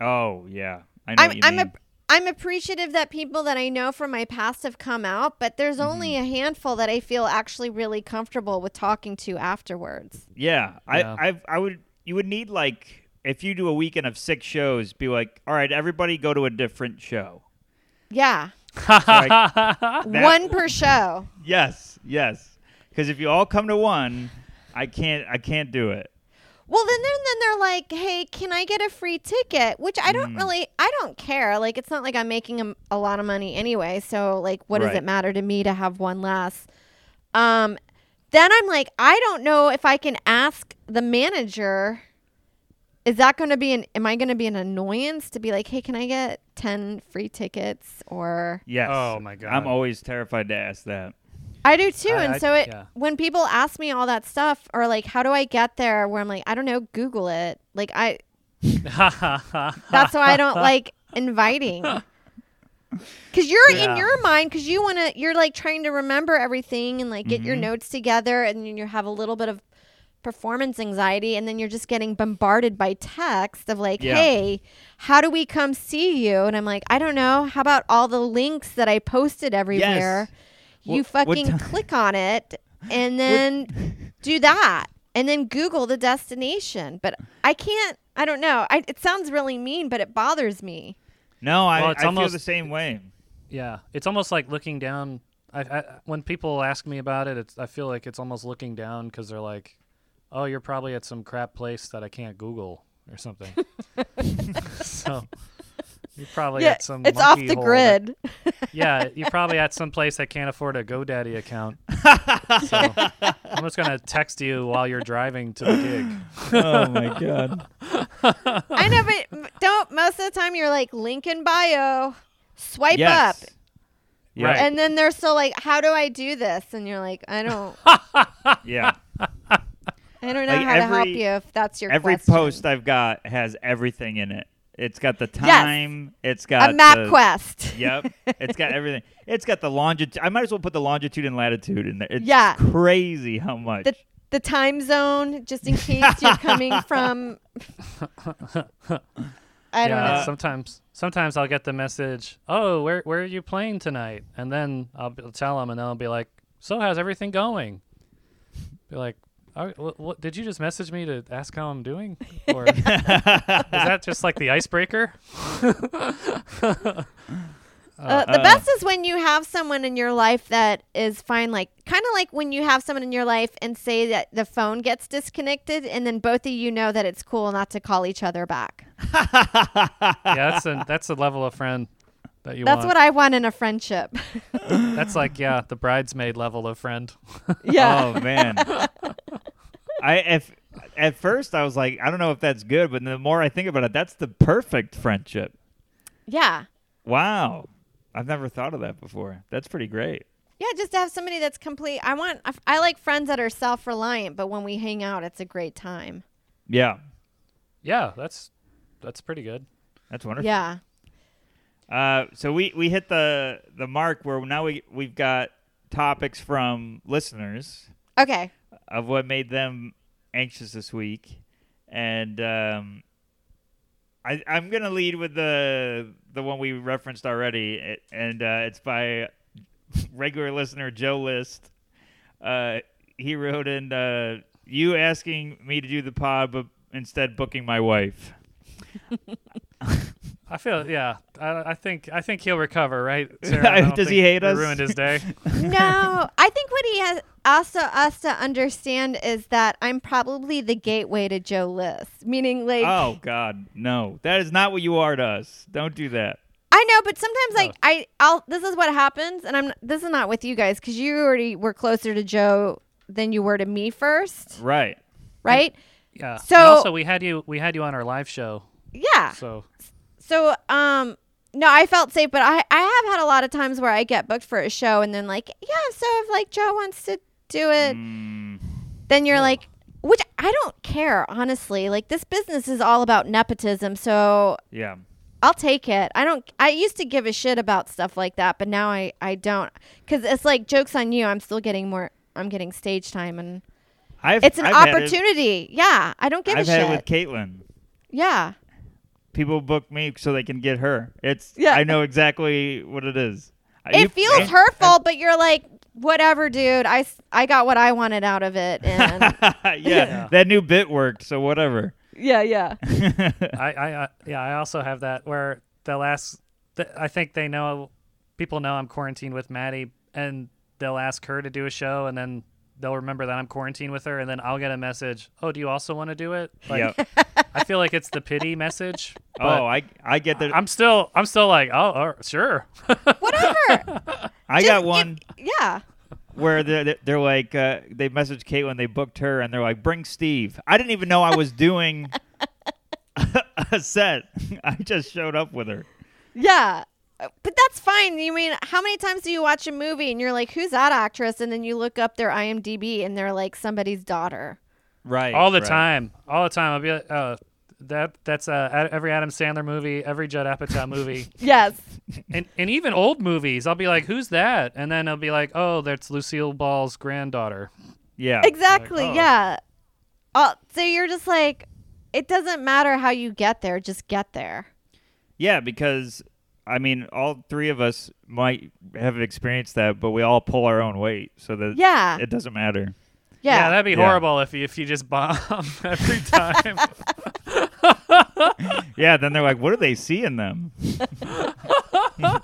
S2: Oh, yeah. I know
S5: I'm
S2: what you
S5: I'm
S2: mean.
S5: a I'm appreciative that people that I know from my past have come out, but there's
S2: Mm-hmm.
S5: only a handful that I feel actually really comfortable with talking to afterwards.
S2: Yeah, I,
S1: Yeah.
S2: I, I would. You would need like if you do a weekend of six shows, be like, all right, everybody go to a different show.
S5: Yeah.
S2: Like, Ah, That-
S5: One per show.
S2: yes, yes. Because if you all come to one, I can't. I can't do it.
S5: Well, then, then then they're like, "Hey, can I get a free ticket?" Which I
S1: Hmm.
S5: don't really, I don't care. Like, it's not like I'm making a, a lot of money anyway. So, like, what does
S2: Right.
S5: it matter to me to have one less? Um, then I'm like, I don't know if I can ask the manager. Is that going to be an? Am I going to be an annoyance to be like, "Hey, can I get ten free tickets?" Or
S2: Yes.
S1: Oh, my God.
S2: I'm always terrified to ask that.
S5: I do too.
S1: I-
S5: and
S1: I-
S5: so it
S1: yeah.
S5: when people ask me all that stuff, or like, "How do I get there?" Where I'm like, I don't know, Google it. Like I That's why I don't like inviting. Cause you're
S1: Yeah.
S5: in your mind, cause you wanna, you're like trying to remember everything and like get your notes together, and then you have a little bit of performance anxiety, and then you're just getting bombarded by text of like,
S2: Yeah.
S5: "Hey, how do we come see you?" And I'm like, "I don't know. How about all the links that I posted everywhere? You
S2: Wh- what
S5: fucking
S2: ti-
S5: click on it, and then do that, and then Google the destination." But I can't. I don't know. I, it sounds really mean, but it bothers me.
S2: No, I,
S1: Well,
S2: I
S1: it's
S2: feel
S1: almost-
S2: the same way.
S1: Yeah, it's almost like looking down. I, I when people ask me about it, it's I feel like it's almost looking down because they're like, "Oh, you're probably at some crap place that I can't Google or something." so you're probably
S5: yeah,
S1: at some.
S5: it's off
S1: monkey
S5: the
S1: hole that-
S5: grid.
S1: yeah, you're probably at some place that can't afford a GoDaddy account. So I'm just gonna text you while you're driving to the gig.
S2: oh my god.
S5: I know, but m- don't most of the time you're like link in bio, swipe
S2: Yes.
S5: up,
S2: Yeah.
S1: Right.
S5: and then they're still like, "How do I do this?" And you're like, "I don't,
S2: Yeah.
S5: I don't know
S2: Like
S5: how to help
S2: every-
S5: you if that's your
S2: Every
S5: question.
S2: post I've got has everything in it. It's got the
S5: Yes.
S2: time. It's got
S5: A map
S2: the-
S5: quest.
S2: Yep. It's got everything. It's got the longitude. I might as well put the longitude and latitude in there. It's
S5: Yeah.
S2: crazy how much.
S5: The the time zone, just in case you're coming from. I don't
S1: yeah,
S5: know.
S1: sometimes sometimes I'll get the message, "Oh, where where are you playing tonight?" And then I'll, be, tell them, and they'll be like, "So how's everything going?" Be like, oh, wh- wh- "Did you just message me to ask how I'm doing?" Or is that just like the icebreaker?
S5: Uh, the best is when you have someone in your life that is fine, like kind of like when you have someone in your life and say that the phone gets disconnected, and then both of you know that it's cool not to call each other back.
S1: Yeah, that's a that's the level of friend that you
S5: That's
S1: want.
S5: what I want in a friendship.
S1: that's like yeah, the bridesmaid level of friend.
S5: yeah.
S2: Oh man. I if at first I was like, I don't know if that's good, but the more I think about it, that's the perfect friendship.
S5: Yeah.
S2: Wow. I've never thought of that before. That's pretty great.
S5: Yeah, just to have somebody that's complete. I want, I- I like friends that are self reliant, but when we hang out, it's a great time.
S2: Yeah.
S1: Yeah, that's that's pretty good.
S2: That's wonderful.
S5: Yeah.
S2: Uh, so we, we hit the the mark where now we we've got topics from listeners
S5: Okay.
S2: of what made them anxious this week, and um, I I'm gonna lead with the the one we referenced already, it, and uh, it's by regular listener Joe List. Uh, he wrote in uh, you asking me to do the pod, but instead booking my wife.
S1: I feel yeah. I, I think I think he'll recover, right? Sarah? I don't
S2: Does he
S1: think
S2: hate
S1: we
S2: us?
S1: Ruined his day.
S5: no, I think what he has also us to understand is that I'm probably the gateway to Joe List, meaning like
S2: Oh God, no! That is not what you are to us. Don't do that.
S5: I know, but sometimes like I I'll this is what happens, and I'm this is not with you guys because you already were closer to Joe than you were to me first,
S2: Right.
S5: right?
S1: Yeah.
S5: So-
S1: and also we had you we had you on our live show.
S2: Ah.
S5: Yeah.
S1: So
S5: So um no, I felt safe, but I I have had a lot of times where I get booked for a show and then like, yeah, so if like Joe wants to do it,
S2: Mm.
S5: then you're like which I don't care, honestly. Like this business is all about nepotism, so
S2: Yeah.
S5: I'll take it. I don't I used to give a shit about stuff like that, but now I I don't cuz it's like jokes on you. I'm still getting more I'm getting stage time and
S2: I've,
S5: it's an
S2: I've had it-
S5: opportunity. yeah, I don't give
S2: I've
S5: a
S2: had it
S5: shit.
S2: with Caitlin.
S5: yeah.
S2: People book me so they can get her. It's
S5: Yeah.
S2: I know exactly what it is.
S5: it
S2: You-
S5: feels
S2: and-
S5: hurtful, but you're like, whatever, dude. I, s- I got what I wanted out of it, and
S2: yeah, that new bit worked. So whatever.
S5: yeah, yeah,
S1: I, I, I yeah I also have that where the last th- I think they know people know I'm quarantined with Maddie and they'll ask her to do a show and then they'll remember that I'm quarantined with her and then I'll get a message. Oh, do you also want to do it? Like
S2: Yep.
S1: I feel like it's the pity message.
S2: oh,
S1: but
S2: I I get that.
S1: I'm still I'm still like oh all right, sure.
S5: whatever.
S2: I got one
S5: yeah,
S2: where they're, they're like uh, they messaged Caitlin, they booked her, and they're like, "Bring Steve." I didn't even know I was doing a set. I just showed up with her.
S5: yeah. Uh, But that's fine. You mean how many times do you watch a movie and you're like, who's that actress? And then you look up their IMDb and they're like somebody's daughter.
S2: Right.
S1: all the
S2: right.
S1: time, all the time. I'll be like, oh, that that's uh, Ad- every Adam Sandler movie, every Judd Apatow movie,
S5: Yes.
S1: and and even old movies. I'll be like, who's that? And then I'll be like, oh, that's Lucille Ball's granddaughter.
S2: Yeah.
S5: Exactly.
S1: oh.
S5: Yeah. Uh, so you're just like, it doesn't matter how you get there, just get there.
S2: Yeah, because I mean, all three of us might have experienced that, but we all pull our own weight, so that
S5: Yeah.
S2: it doesn't matter.
S5: Yeah.
S1: that'd be
S2: Yeah.
S1: horrible if you, if you just bomb every time.
S2: Yeah, then they're like, "What do they see in them?" uh,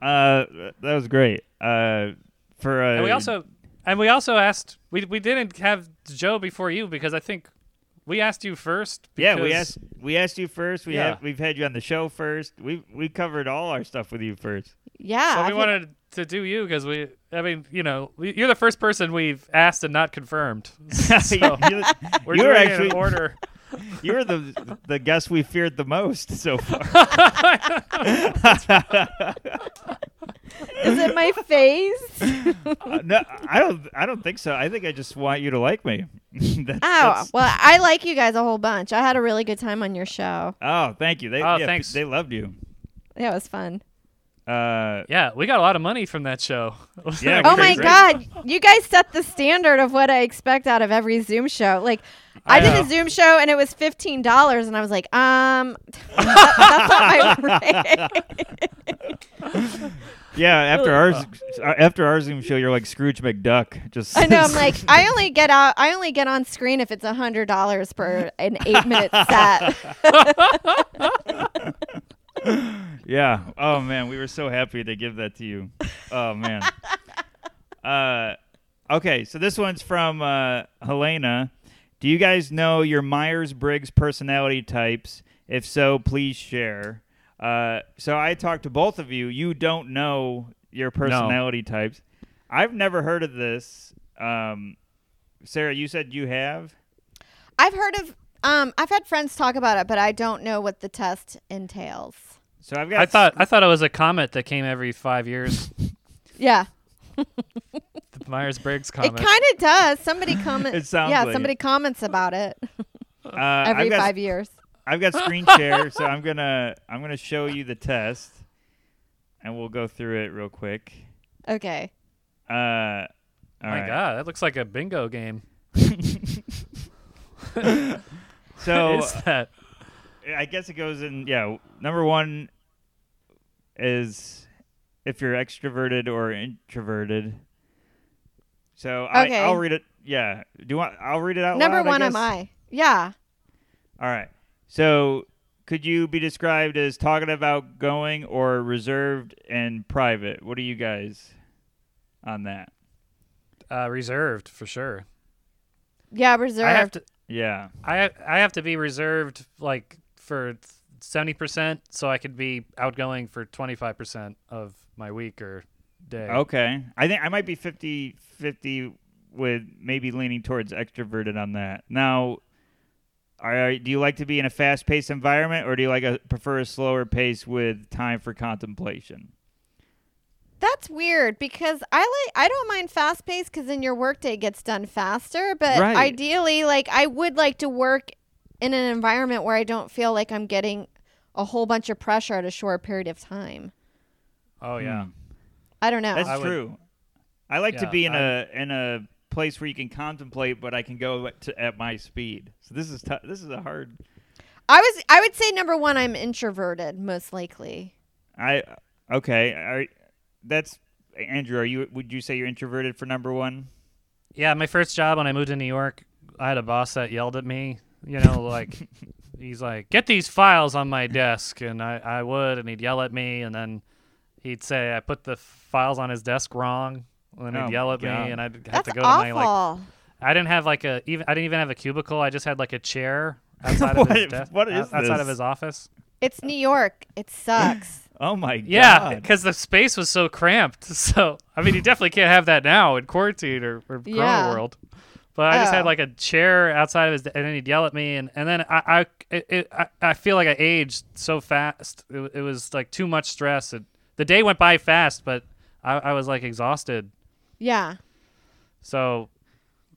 S2: that was great. Uh, for uh,
S1: And we also and we also asked we we didn't have Joe before you because I think we asked you first.
S2: yeah we
S1: because-
S2: asked we asked you first. We
S1: Yeah.
S2: have, we've had you on the show first. We we covered all our stuff with you first.
S5: Yeah.
S1: So
S5: I've
S1: we
S5: had-
S1: wanted to do you because we, I mean, you know, we- you're the first person we've asked and not confirmed. So
S2: you
S1: we're
S2: you
S1: doing
S2: were
S1: it
S2: actually
S1: in order.
S2: you were the the guest we feared the most so far.
S5: Is it my face?
S2: Uh, no, I don't. I don't think so. I think I just want you to like me. That-
S5: Oh,
S2: that's-
S5: well, I like you guys a whole bunch. I had a really good time on your show.
S2: oh, thank you. They,
S1: Oh,
S2: yeah,
S1: thanks.
S2: They loved you.
S5: That was fun.
S2: Uh,
S1: Yeah, we got a lot of money from that show.
S2: Yeah,
S5: Oh
S2: Okay,
S5: my
S2: great.
S5: God. You guys set the standard of what I expect out of every Zoom show. Like, I,
S1: I
S5: did
S1: know.
S5: a Zoom show and it was $15, and I was like, um, that- that's not my rate.
S2: yeah. After our z- uh, after our Zoom show, you're like Scrooge McDuck. Just
S5: I know. I'm like, I only get out, I only get on screen if it's $100 per an eight minute set.
S2: yeah. Oh man, we were so happy to give that to you. Oh man. uh, okay. So this one's from uh, Helena. Do you guys know your Myers Briggs personality types? If so, please share. Uh, so I talked to both of you. You don't know your personality types. I've never heard of this. Um, Sarah, you said you have.
S5: I've heard of, um, I've had friends talk about it, but I don't know what the test entails.
S2: So I've got.
S1: I thought I thought it was a comet that came every five years.
S5: Yeah.
S1: The Myers Briggs
S5: It
S1: comet.
S5: kind of does. Somebody comments.
S2: It sounds
S5: yeah,
S2: like
S5: somebody comments about it
S2: uh,
S5: every
S2: I've got-
S5: five years.
S2: I've got screen share, so I'm gonna I'm gonna show you the test, and we'll go through it real quick.
S5: Okay.
S2: Uh, all
S1: oh my
S2: right.
S1: god, that looks like a bingo game.
S2: So
S1: What is that?
S2: I guess it goes in. Yeah, number one is if you're extroverted or introverted. So
S5: Okay.
S2: I, I'll read it. Yeah, do you want? I'll read it out.
S5: Number
S2: loud,
S5: one,
S2: I
S5: am
S2: guess?
S5: I? Yeah.
S2: All right. So, could you be described as talkative, outgoing, or reserved and private? What are you guys on that?
S1: Uh, reserved for sure.
S5: Yeah, reserved.
S1: I have to
S2: Yeah.
S1: I I have to be reserved like for seventy percent, so I could be outgoing for twenty five percent of my week or day.
S2: Okay. I think I might be 50 50 with maybe leaning towards extroverted on that. Now, are, do you like to be in a fast paced environment or do you like a, prefer a slower pace with time for contemplation?
S5: That's weird because I like I don't mind fast paced because then your workday gets done faster. But
S2: Right.
S5: ideally, like I would like to work in an environment where I don't feel like I'm getting a whole bunch of pressure at a short period of time.
S1: Oh yeah.
S2: Hmm.
S5: I don't know.
S2: That's
S1: I would-
S2: true. I like to
S1: Yeah,
S2: be in
S1: I-
S2: a in a place where you can contemplate, but I can go at- to, at my speed. So this is tou- this is a hard.
S5: I was I would say number one, I'm introverted most likely.
S2: I okay. Are, that's Andrew. Are you? Would you say you're introverted for number one?
S1: Yeah, my first job when I moved to New York, I had a boss that yelled at me. You know, like he's like, "Get these files on my desk," and I, I would, and he'd yell at me, and then he'd say, "I put the files on his desk wrong," and then
S2: Oh
S1: he'd
S2: my
S1: yell at me,
S2: God.
S1: and I'd have
S5: That's
S1: to go
S5: awful.
S1: to my like. I didn't have like a even. I didn't even have a cubicle. I just had like a chair outside of his
S2: What-
S1: desk.
S2: what is
S1: outside
S2: this?
S1: of his office?
S5: it's New York. It sucks.
S2: Oh my
S1: Yeah,
S2: god.
S1: because the space was so cramped. So I mean, you definitely can't have that now in quarantine or, or Corona
S5: Yeah.
S1: world. But I just had
S5: Oh.
S1: like a chair outside of his, and then he'd yell at me, and, and then I I, it, it, I I feel like I aged so fast. It, wa- it was like too much stress. It, the day went by fast, but I, I was like exhausted.
S5: yeah.
S1: So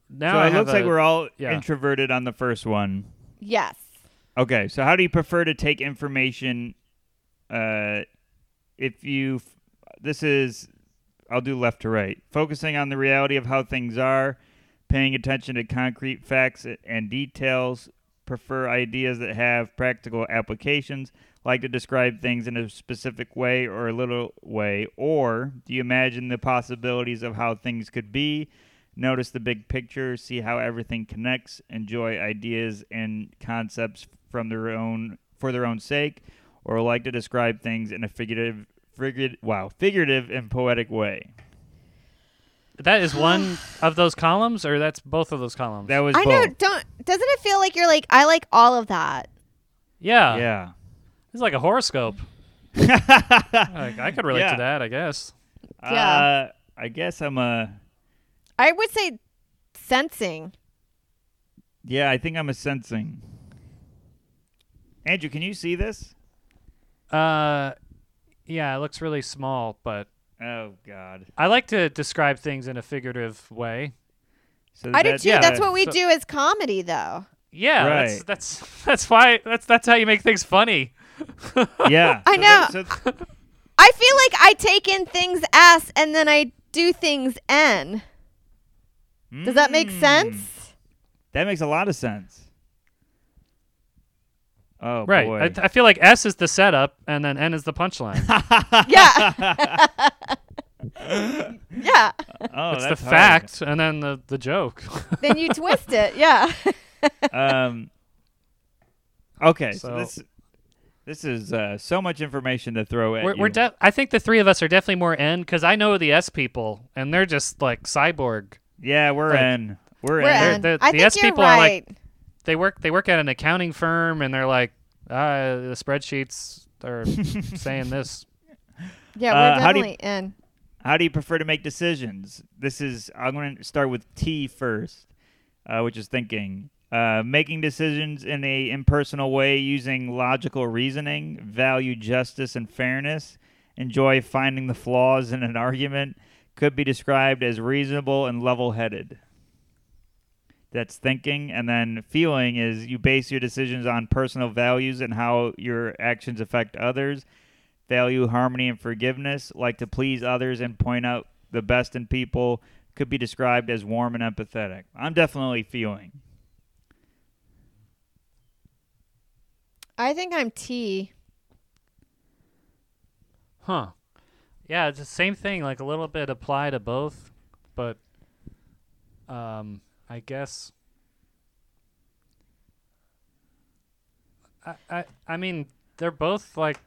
S1: now
S2: So
S1: I
S2: it
S1: have
S2: looks like
S1: a-
S2: we're all
S1: yeah.
S2: introverted on the first one.
S5: Yes.
S2: Okay, so how do you prefer to take information? Uh, if you, f- this is, I'll do left to right. Focusing on the reality of how things are, paying attention to concrete facts a- and details. Prefer ideas that have practical applications. Like to describe things in a specific way or a little way. Or do you imagine the possibilities of how things could be? Notice the big picture, see how everything connects, enjoy ideas and concepts from their own for their own sake, or like to describe things in a figurative, figurative wow, figurative and poetic way.
S1: That is one of those columns, or that's both of those columns.
S2: That was
S5: I know.
S2: both.
S5: Don't doesn't it feel like you're like I like all of that?
S1: yeah,
S2: Yeah.
S1: It's like a horoscope. Like, I could relate
S2: Yeah.
S1: to that, I guess.
S2: Uh, I guess I'm a
S5: I would say sensing.
S2: yeah. I think I'm a sensing. Andrew, can you see this?
S1: Uh, yeah, it looks really small, but
S2: Oh God.
S1: I like to describe things in a figurative way.
S2: So
S5: I do
S2: that-
S5: too.
S1: yeah,
S5: that's what we
S1: so-
S5: do as comedy, though.
S1: Yeah,
S2: Right.
S1: that's that's that's why that's that's how you make things funny.
S2: Yeah.
S5: I
S2: So that-
S5: know.
S2: so-
S5: I feel like I take in things S and then I do things N. Does that
S1: Hmm.
S5: make sense?
S2: that makes a lot of sense. Oh
S1: right.
S2: boy.
S1: I, I feel like S is the setup, and then N is the punchline.
S2: Oh,
S5: Yeah. yeah.
S2: oh,
S1: it's the
S2: that's hard.
S1: fact, and then the the joke.
S5: Then you twist it. Yeah.
S2: um, okay, so,
S1: So-
S2: this this is uh, so much information to throw at
S1: we're, we're
S2: you.
S1: de- I think the three of us are definitely more N because I know the S people, and they're just like cyborg.
S2: yeah, we're
S1: like-
S2: in. We're,
S5: We're
S2: in.
S5: N.
S1: the-
S5: I
S1: the
S5: think
S1: S
S5: you're
S1: people are like-
S5: right.
S1: They work they work at an accounting firm, and they're like, ah, the spreadsheets are saying this.
S5: yeah, we're
S2: Uh, how do you-
S5: definitely N.
S2: How do you prefer to make decisions? This is I'm going to start with T first, uh, which is thinking. Uh, making decisions in a impersonal way using logical reasoning, value justice and fairness, enjoy finding the flaws in an argument, could be described as reasonable and level-headed. That's thinking, and then feeling is you base your decisions on personal values and how your actions affect others value harmony and forgiveness, like to please others and point out the best in people, could be described as warm and empathetic. I'm definitely feeling.
S5: I think I'm T.
S1: Huh. Yeah, it's the same thing, like a little bit apply to both, but um I guess I I, I mean, they're both like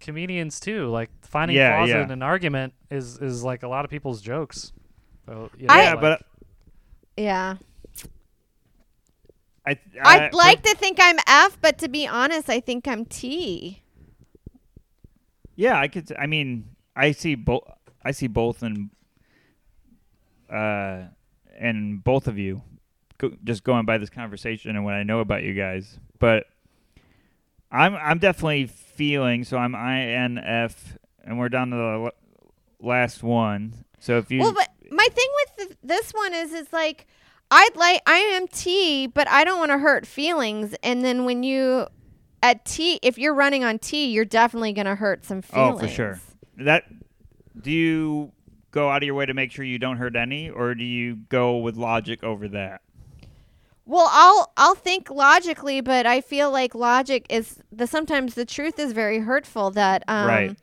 S1: comedians too. Like finding
S2: Yeah,
S1: flaws
S2: yeah.
S1: in an argument is is like a lot of people's jokes. So, you
S5: I-
S1: know,
S2: Yeah,
S5: Yeah,
S2: but
S5: Yeah.
S2: I,
S5: I'd like to think I'm F, but to be honest, I think I'm T.
S2: Yeah, I could. I mean, I see both. I see both in, uh, in both of you, go, just going by this conversation and what I know about you guys. But I'm I'm definitely feeling. So I'm INF, and we're down to the l- last one. So if you,
S5: Well, but my thing with th- this one is, it's like I'd like I am T, but I don't want to hurt feelings. And then when you at T, if you're running on T, you're definitely gonna hurt some
S2: oh
S5: feelings.
S2: for sure that do you go out of your way to make sure you don't hurt any, or do you go with logic over that?
S5: Well, I'll I'll think logically, but I feel like logic is the sometimes the truth is very hurtful. That um,
S2: Right.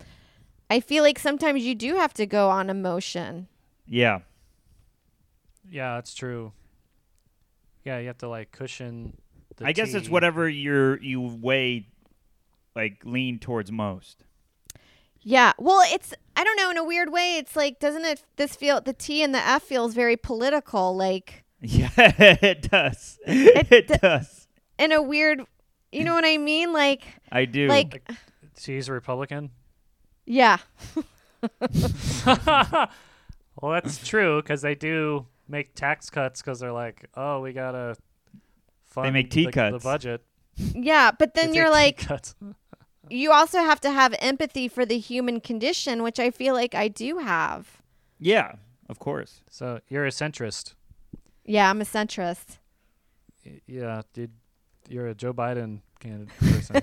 S5: I feel like sometimes you do have to go on emotion.
S2: Yeah.
S1: yeah, it's true. Yeah, you have to like cushion the
S2: I guess it's
S1: tea.
S2: whatever you're you weigh like lean towards most.
S5: Yeah. Well, it's I don't know in a weird way. It's like doesn't it this feel the T and the F feels very political like.
S2: Yeah, it does. It, does.
S5: in a weird you know what I mean? Like
S2: I do.
S5: like
S1: She's a Republican.
S5: yeah.
S1: well, that's true because they do make tax cuts because they're like, oh, we gotta. Fund
S2: make tea
S1: the, The
S2: cuts.
S1: budget.
S5: Yeah, but
S1: They
S5: then
S1: take
S5: you're
S1: tea
S5: like
S1: cuts.
S5: you also have to have empathy for the human condition, which I feel like I do have.
S2: yeah, of course.
S1: So you're a centrist.
S5: Yeah, I'm a centrist.
S1: Y- Yeah, dude, you're a Joe Biden candidate person.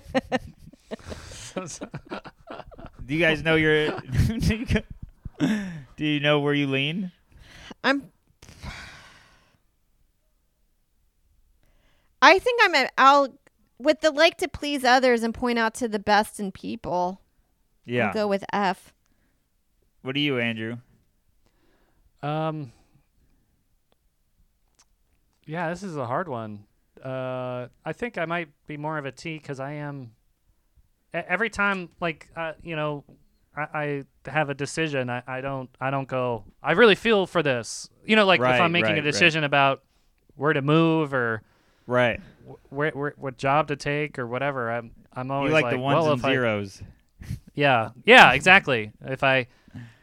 S2: Do you guys know your do you go- Do you know where you lean?
S5: I'm I think I'm at I'll with the like to please others and point out to the best in people. I'll
S2: Yeah.
S5: go with F.
S2: What do you, Andrew?
S1: um. Yeah, this is a hard one. Uh, I think I might be more of a T because I am e- every time like uh, you know I, I have a decision I, I don't I don't go I really feel for this you know like if
S2: Right,
S1: I'm making
S2: right,
S1: a
S2: right.
S1: decision about where to move or
S2: Right.
S1: wh- where, where what job to take or whatever I'm I'm
S2: You
S1: always
S2: like, the ones
S1: well,
S2: and
S1: if I-
S2: zeros.
S1: yeah yeah exactly if I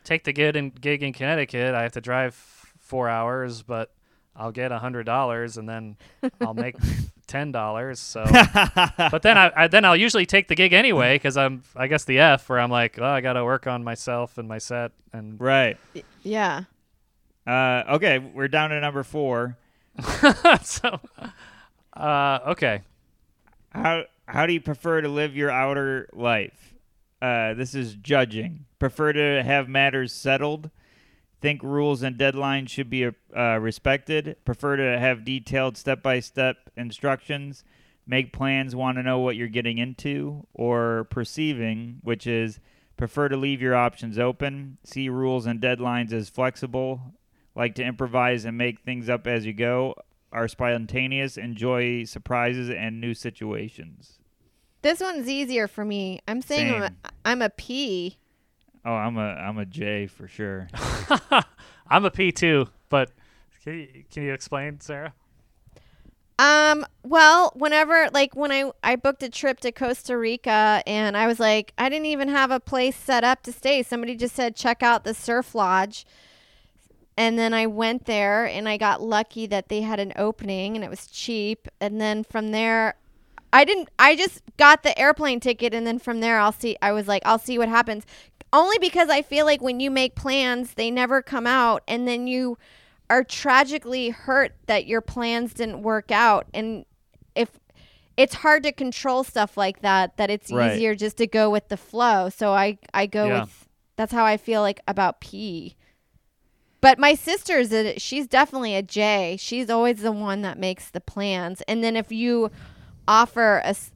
S1: take the gig in gig in Connecticut I have to drive f- four hours but I'll get a hundred dollars and then I'll make ten dollars so but then I, I then I'll usually take the gig anyway because I'm I guess the F where I'm like oh I got to work on myself and my set and
S2: right.
S5: Yeah.
S2: Uh, okay, we're down to number four.
S1: so uh, okay
S2: How how do you prefer to live your outer life? Uh, this is judging. Prefer to have matters settled. Think rules and deadlines should be uh, respected. Prefer to have detailed step by step instructions. Make plans, want to know what you're getting into. Or perceiving, which is prefer to leave your options open. See rules and deadlines as flexible. Like to improvise and make things up as you go. Are spontaneous, enjoy surprises and new situations.
S5: This one's easier for me. I'm saying I'm a,
S2: Same.
S5: I'm a P.
S2: Oh, I'm a I'm a J for sure.
S1: I'm a P two but can you, can you explain Sarah
S5: Um, well, whenever like when I I booked a trip to Costa Rica and I was like I didn't even have a place set up to stay. Somebody just said check out the surf lodge. And then I went there and I got lucky that they had an opening and it was cheap. And then from there I didn't I just got the airplane ticket and then from there I'll see I was like I'll see what happens. Only because I feel like when you make plans, they never come out and then you are tragically hurt that your plans didn't work out and if it's hard to control stuff like that that it's
S2: Right.
S5: easier just to go with the flow. So I I go
S1: Yeah.
S5: with that's how I feel like about P. But my sister's a, she's definitely a J. She's always the one that makes the plans. And then if you offer a, s-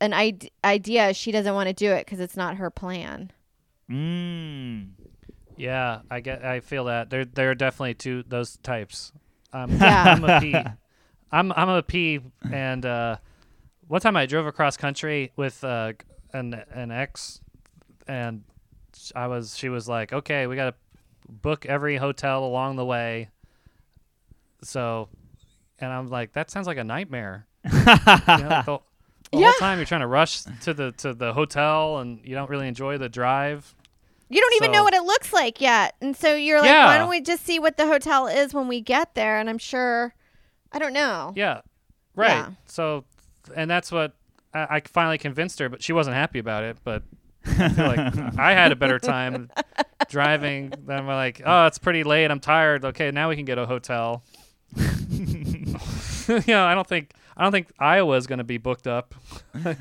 S5: an ide- idea, she doesn't want to do it because it's not her plan.
S2: Mmm.
S1: yeah I get I feel that there there are definitely two those types um,
S5: Yeah.
S1: I'm a P I'm I'm a P and uh, one time I drove across country with uh, an an ex and I was she was like okay we got to book every hotel along the way so and I'm like that sounds like a nightmare You know, like the, the
S5: Yeah.
S1: whole time you're trying to rush to the to the hotel and you don't really enjoy the drive
S5: You don't even
S1: So-
S5: know what it looks like yet. And so you're like, why
S1: Yeah.
S5: don't we just see what the hotel is when we get there? And I'm sure, I don't know.
S1: Yeah, right.
S5: Yeah.
S1: So, and that's what I, I finally convinced her, but she wasn't happy about it. But I feel like I had a better time driving than we're like, oh, it's pretty late. I'm tired. Okay, now we can get a hotel. you know, I don't think I don't think Iowa's going to be booked up.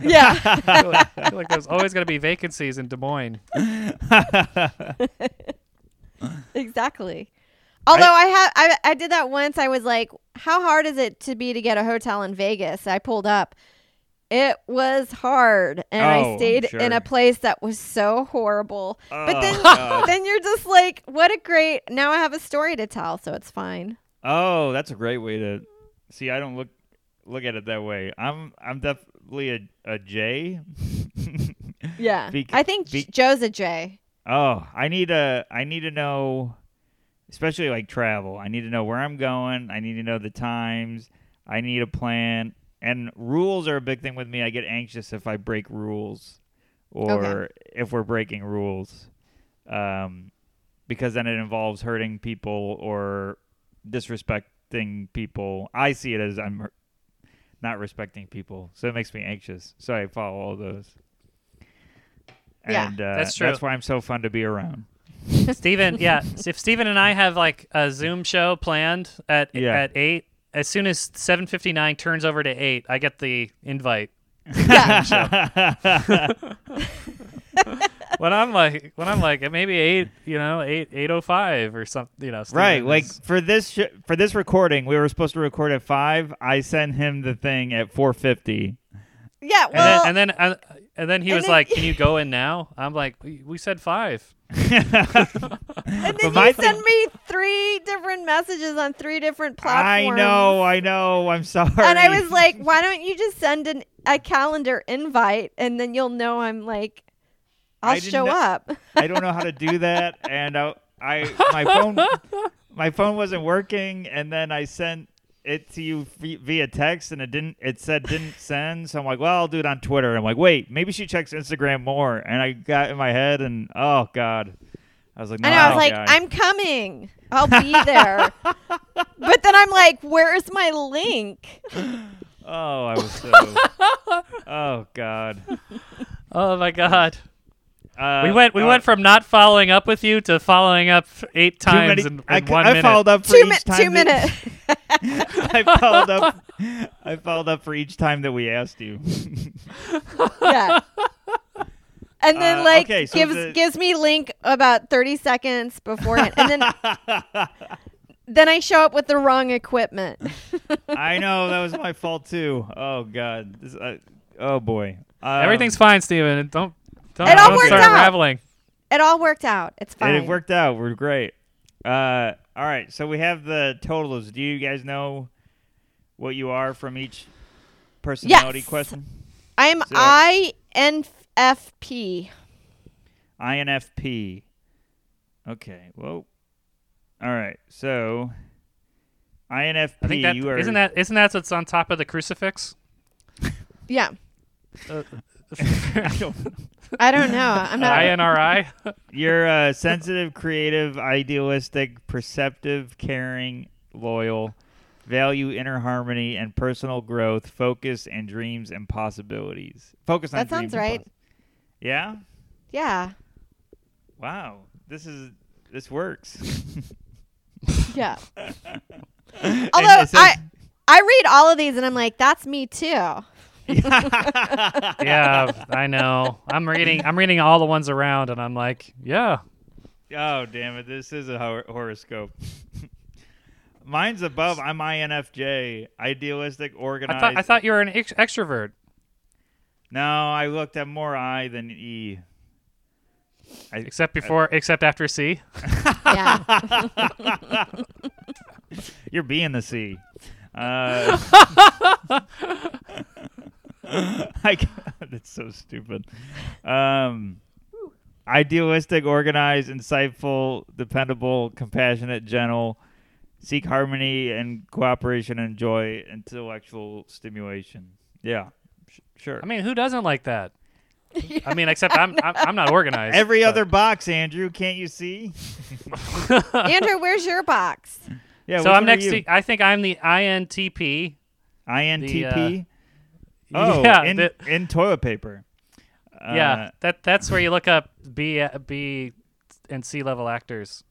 S5: Yeah.
S1: I feel like, I feel like there's always going to be vacancies in Des Moines.
S5: exactly. Although I, have I, I did that once. I was like, how hard is it to be to get a hotel in Vegas? I pulled up. It was hard, and
S2: Oh,
S5: I
S2: I'm
S5: stayed in
S2: sure.
S5: a place that was so horrible. but
S2: Oh,
S5: then,
S2: God.
S5: then you're just like, what a great! Now I have a story to tell, so it's fine.
S2: Oh, that's a great way to see. I don't look look at it that way. I'm I'm definitely a a J.
S5: Yeah,
S2: Bec-
S5: I think
S2: bec-
S5: Joe's a J.
S2: oh, I need a I need to know, especially like travel. I need to know where I'm going. I need to know the times. I need a plan. And rules are a big thing with me. I get anxious if I break rules, or
S5: Okay.
S2: if we're breaking rules. um, because then it involves hurting people or disrespecting people. I see it as I'm hur- not respecting people, so it makes me anxious. So I follow all those.
S5: Yeah.
S2: And, uh,
S1: That's true.
S2: That's why I'm so fun to be around.
S1: Steven, yeah. s- If Steven and I have like a Zoom show planned at
S2: Yeah.
S1: at eight, as soon as seven fifty nine turns over to eight, I get the invite. When I'm like, when I'm like, maybe eight, you know, eight eight oh five or something, you know. Steven
S2: right, like
S1: is-
S2: for this sh- for this recording, we were supposed to record at five. I sent him the thing at four fifty.
S5: Yeah,
S1: and
S5: well,
S1: then and then I, and then he
S5: and
S1: was
S5: then-
S1: like, "Can you go in now?" I'm like, "We, we said five.
S5: and
S2: but
S5: then
S2: my
S5: you
S2: thing-
S5: send me three different messages on three different platforms.
S2: I know, I know. I'm sorry.
S5: And I was like, why don't you just send an, a calendar invite, and then you'll know I'm like, I'll
S2: I didn't
S5: show
S2: know-
S5: up.
S2: I don't know how to do that, and I, I my phone my phone wasn't working, and then I sent it to you v- via text, and it didn't. It said didn't send, so I'm like, well, I'll do it on Twitter. I'm like, wait, maybe she checks Instagram more, and I got in my head, and oh god, I was like,
S5: And I was
S2: "No,
S5: like,
S2: guy."
S5: I'm coming. I'll be there. but then I'm like, where's my link?
S2: oh, I was so, oh god.
S1: Oh my god.
S2: Uh,
S1: We went we
S2: uh,
S1: went from not following up with you to following up eight
S2: too
S1: times
S2: many-
S1: in, in
S2: I,
S1: one
S2: I
S1: minute.
S2: followed up for
S5: Two,
S2: each
S5: mi-
S2: time
S5: two
S2: that-
S5: minutes.
S2: I followed up. I followed up for each time that we asked you.
S5: yeah. And then
S2: Uh,
S5: like
S2: okay, so
S5: gives
S2: the-
S5: gives me link about thirty seconds beforehand, and then then I show up with the wrong equipment.
S2: I know that was my fault too. Oh god. This, uh, oh boy. Um,
S1: Everything's fine, Steven. It Don't don't,
S5: It all
S1: don't
S5: worked
S1: start
S5: out.
S1: raveling.
S5: It all worked out. It's fine.
S2: and it worked out. We're great. Uh, all right. So we have the totals. Do you guys know what you are from each personality
S5: Yes.
S2: question?
S5: I'm
S2: So-
S5: INFP.
S2: INFP. Okay. Whoa. All right. So INFP.
S1: I think that
S2: you are
S1: isn't that isn't that what's on top of the crucifix?
S5: Yeah.
S2: I don't know.
S5: I don't know. I'm not.
S1: INRI.
S2: You're uh, sensitive, creative, idealistic, perceptive, caring, loyal, value inner harmony and personal growth, focus and dreams and possibilities. Focus on
S5: That sounds
S2: dreams and
S5: right.
S2: possi- yeah.
S5: yeah.
S2: Wow. This is this works.
S5: Yeah.
S2: And
S5: Although
S2: it
S5: I
S2: says-
S5: I read all of these and I'm like, that's me too.
S1: yeah, I know. I'm reading. I'm reading all the ones around, and I'm like, yeah.
S2: Oh damn it! This is a hor- horoscope. Mine's above. I'm INFJ, idealistic, organized.
S1: I thought I thought you were an ex- extrovert.
S2: No, I looked at more I than E.
S1: Except before, except after C.
S5: Yeah.
S2: You're B in the C. Uh, I, that's so stupid. Um, idealistic, organized, insightful, dependable, compassionate, gentle, seek harmony and cooperation, enjoy intellectual stimulation. Yeah, sh- sure.
S1: I mean, who doesn't like that? I mean, except I'm I'm, I'm not organized.
S2: Every
S1: but-
S2: other box, Andrew. Can't you see?
S5: Andrew, where's your box?
S2: Yeah. which
S1: So I'm
S2: one are
S1: next
S2: you?
S1: to. I think I'm the INTP.
S2: INTP. oh,
S1: yeah,
S2: in,
S1: the-
S2: in toilet paper. Uh,
S1: yeah. That that's where you look up B B and C level actors.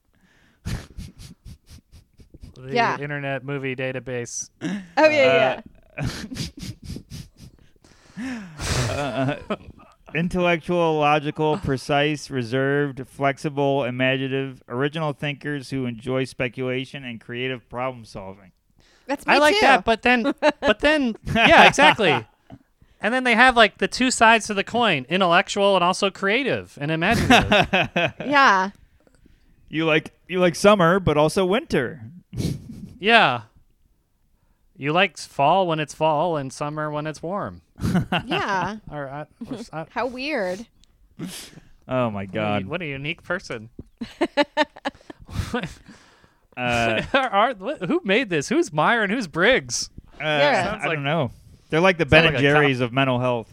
S1: the
S5: Yeah.
S1: Internet Movie Database.
S5: Oh yeah,
S1: Uh,
S5: yeah.
S2: Uh, intellectual, logical, precise, reserved, flexible, imaginative, original thinkers who enjoy speculation and creative problem solving.
S5: That's me
S1: I like
S5: too.
S1: that, but then, but then, yeah, exactly. And then they have like the two sides to the coin: intellectual and also creative and imaginative.
S5: yeah.
S2: You like you like summer, but also winter.
S1: yeah, you like fall when it's fall and summer when it's warm.
S5: Yeah.
S1: Or, I, or s- I-
S5: How weird.
S2: Oh my God!
S1: what a unique person.
S2: Uh,
S1: Are- what- who made this? Who's Meyer and who's Briggs?
S2: uh,
S5: Yeah.
S2: I
S1: like-
S2: don't know. They're like the Ben
S1: like a cop.
S2: and Jerry's of mental health.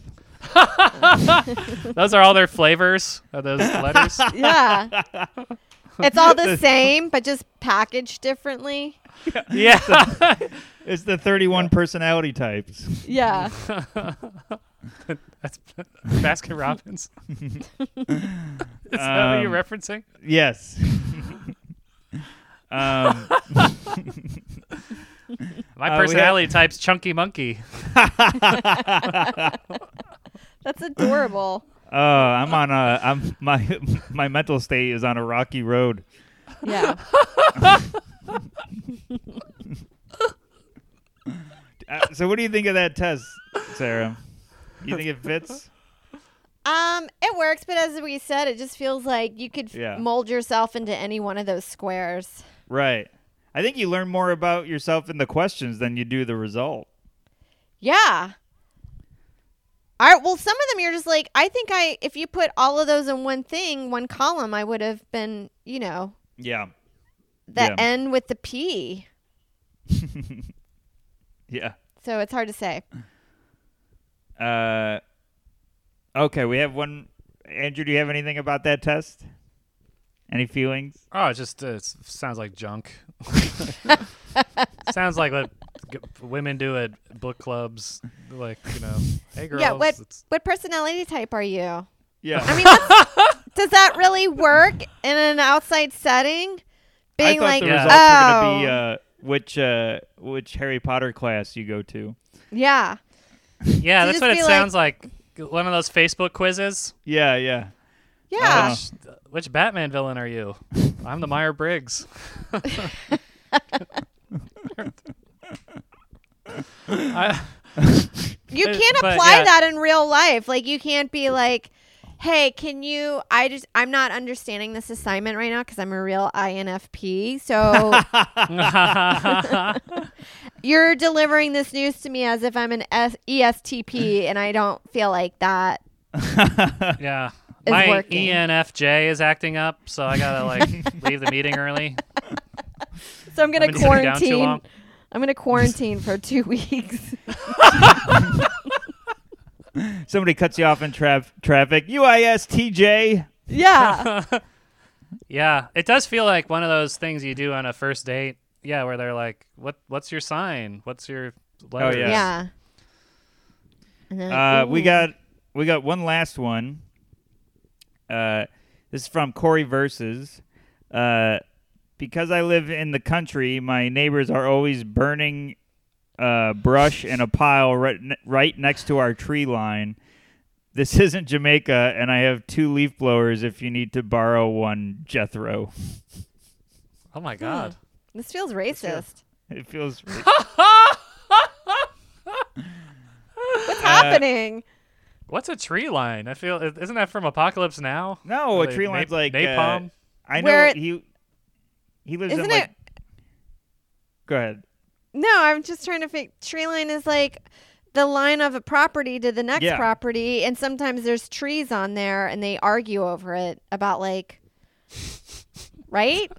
S1: Those are all their flavors. Are those letters?
S5: Yeah. it's all the same, but just packaged differently.
S1: yeah.
S2: It's the 31 personality types.
S5: Yeah.
S1: That's Baskin Robbins. Is that what you're
S2: Um,
S1: referencing?
S2: Yes. um,
S1: My
S2: Uh, we have-
S1: personality type's chunky monkey.
S5: That's adorable.
S2: uh, I'm on a. I'm my my mental state is on a rocky road.
S5: Yeah.
S2: Uh, so, what do you think of that test, Sarah? You think it fits?
S5: Um, it works, but as we said, it just feels like you could f-
S2: Yeah.
S5: mold yourself into any one of those squares.
S2: Right. I think you learn more about yourself in the questions than you do the result.
S5: Yeah. All right, well, some of them you're just like, I think I, if you put all of those in one thing, one column, I would have been, you know,
S2: Yeah.
S5: that
S2: Yeah.
S5: end with the P.
S2: Yeah.
S5: So it's hard to say.
S2: Uh, okay, we have one. Andrew, do you have anything about that test? Any feelings?
S1: Oh, it just uh, s- sounds like junk. sounds like what g- women do at book clubs. Like, you know, hey, girls.
S5: yeah, what
S1: it's-
S5: what personality type are you?
S2: Yeah.
S5: I mean, that's- does that really work in an outside setting?
S2: I
S5: Being
S2: thought
S5: like,
S2: the
S1: Yeah.
S2: results were
S5: oh,
S2: going to be uh, which uh, which Harry Potter class you go to.
S5: yeah,
S1: yeah,
S5: to
S1: that's
S5: just
S1: what it
S5: be like-
S1: sounds like. One of those Facebook quizzes.
S2: Yeah, yeah.
S5: yeah.
S2: Uh,
S1: Which, which Batman villain are you? I'm the Meyer Briggs. I,
S5: you
S1: it-
S5: can't
S1: Uh, but,
S5: apply
S1: yeah.
S5: that in real life. Like, you can't be like, hey, can you? I just, I'm not understanding this assignment right now because I'm a real INFP. So you're delivering this news to me as if I'm an S- ESTP, and I don't feel like that.
S1: yeah.
S5: Is
S1: My E
S5: working.
S1: ENFJ is acting up, so I gotta like leave the meeting early.
S5: So I'm gonna
S1: I've been sitting down too
S5: quarantine.
S1: long.
S5: I'm gonna quarantine for two weeks.
S2: Somebody cuts you off in traf traffic. UISTJ.
S5: yeah.
S1: Yeah, it does feel like one of those things you do on a first date. Yeah, where they're like, "What? What's your sign? What's your?" letters?"
S2: Oh, yeah.
S5: Yeah. And then,
S2: Uh, we
S5: ooh.
S2: got we got one last one. Uh, this is from Corey Versus. Uh, because I live in the country, my neighbors are always burning uh, brush in a pile right, ne- right next to our tree line. This isn't Jamaica, and I have two leaf blowers if you need to borrow one, Jethro.
S1: Oh my god.
S5: this feels racist.
S2: It feels.
S5: What's
S1: Uh,
S5: happening?
S1: What's a tree line? I feel isn't that from Apocalypse Now?
S2: No,
S1: Where
S2: a
S1: they
S2: tree
S1: nap-
S2: line's like. uh,
S1: napalm.
S2: I know
S5: Where-
S2: he, he lives in
S5: Isn't
S2: like.
S5: it?
S2: Go ahead.
S5: No, I'm just trying to think. Tree line is like the line of a property to the next
S2: Yeah.
S5: property, and sometimes there's trees on there, and they argue over it about like, right?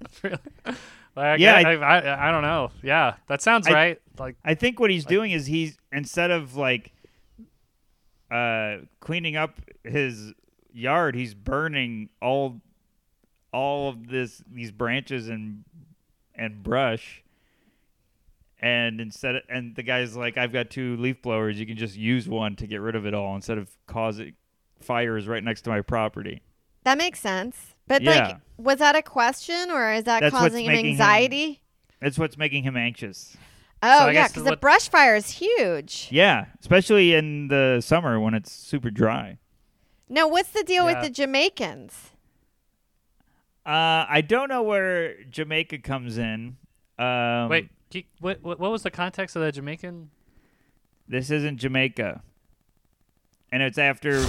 S1: Like,
S2: Yeah,
S1: I,
S2: I-
S1: I, I- I don't know. Yeah, that sounds
S2: I-
S1: right. Like,
S2: I think what he's doing is he's instead of like uh cleaning up his yard, he's burning all all of this these branches and and brush. And instead of, and the guy's like, I've got two leaf blowers, you can just use one to get rid of it all instead of causing fires right next to my property.
S5: That makes sense. But
S2: Yeah.
S5: like, was that a question, or is that
S2: That's what's
S5: causing him
S2: making him-
S5: anxiety?
S2: That's what's making him anxious.
S5: Oh
S1: I
S5: yeah,
S1: guess
S5: because the
S1: what-
S5: brush fire is huge.
S2: Yeah. Especially in the summer when it's super dry.
S5: Now, what's the deal
S1: Yeah.
S5: with the Jamaicans?
S2: Uh, I don't know where Jamaica comes in. Um,
S1: wait, ke- what, what? What was the context of the Jamaican?
S2: this isn't Jamaica, and it's after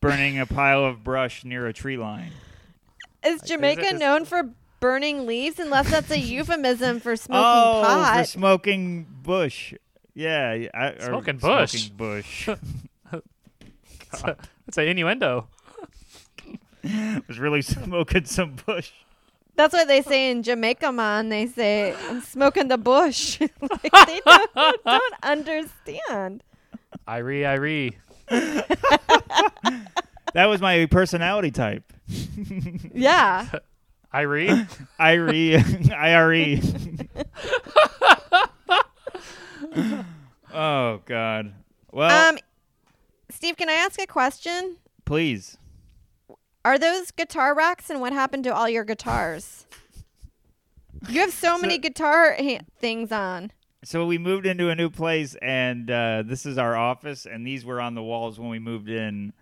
S2: burning a pile of brush near a tree line.
S5: Is Jamaica
S1: is-
S5: known for burning leaves? Unless that's a euphemism for smoking
S2: oh,
S5: pot.
S2: for smoking bush. Yeah, I, or
S1: Smoking bush.
S2: Smoking bush
S1: It's a- It's an innuendo.
S2: was really smoking some bush.
S5: that's what they say in Jamaica, man. They say I'm smoking the bush. like they don't, don't understand.
S1: Irie, Irie.
S2: That was my personality type.
S5: Yeah,
S1: Irie?
S2: Ire, E. ire. oh God.
S1: Oh.
S2: Well,
S5: Um, Steve, can I ask a question?
S2: please.
S5: Are those guitar racks, and what happened to all your guitars? You have so many guitar ha- things on.
S2: so we moved into a new place and uh, this is our office and these were on the walls when we moved in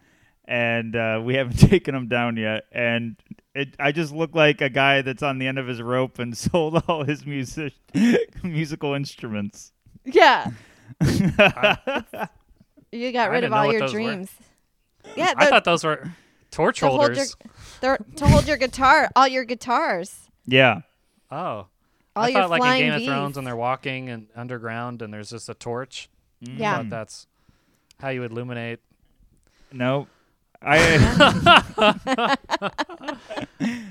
S2: and uh, we haven't taken them down yet and it, i just look like a guy that's on the end of his rope and sold all his music musical instruments
S5: Yeah. you got
S1: I
S5: rid
S1: didn't
S5: of
S1: know
S5: all
S1: what
S5: your
S1: those were.
S5: dreams. Yeah,
S1: I
S5: the-
S1: thought those were torch
S5: to hold your
S1: holders.
S5: they're- to hold your guitar, all your guitars,
S2: yeah
S1: Oh.
S5: all
S1: I
S5: your
S1: thought like in
S5: flying
S1: Game
S5: Vs.
S1: of Thrones when they're walking and underground and there's just a torch. I
S2: Hmm.
S5: yeah,
S1: thought that's how you illuminate
S2: No. I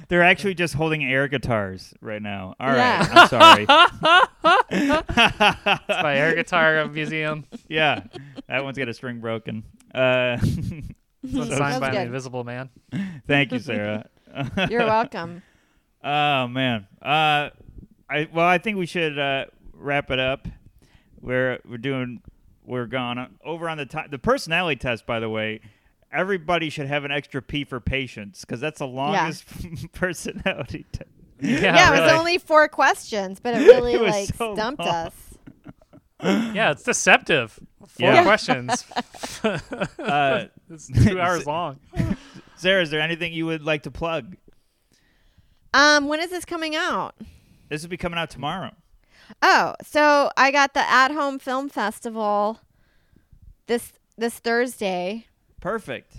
S2: They're actually just holding air guitars right now. All right.
S5: Yeah.
S2: I'm sorry.
S1: It's by Air Guitar Museum.
S2: yeah. That one's got a string broken. Uh,
S1: It's signed
S5: Sounds
S1: by the
S5: good.
S1: Invisible Man.
S2: thank you, Sarah.
S5: You're welcome.
S2: Oh man. Uh, I well, I think we should uh, wrap it up. We're we're doing we're gone over on the ti the personality test. By the way, everybody should have an extra P for patience because that's the longest personality test.
S5: Yeah, it was
S1: really.
S5: only four questions, but it really
S2: was
S5: like
S2: so
S5: stumped
S2: long.
S5: us.
S1: Yeah, it's deceptive. Four
S2: Yeah.
S1: questions.
S2: Uh,
S1: it's two hours long.
S2: Sarah, is there anything you would like to plug?
S5: Um, when is this coming out?
S2: This will be coming out tomorrow.
S5: Oh, so I got the At Home Film Festival this this Thursday.
S2: Perfect.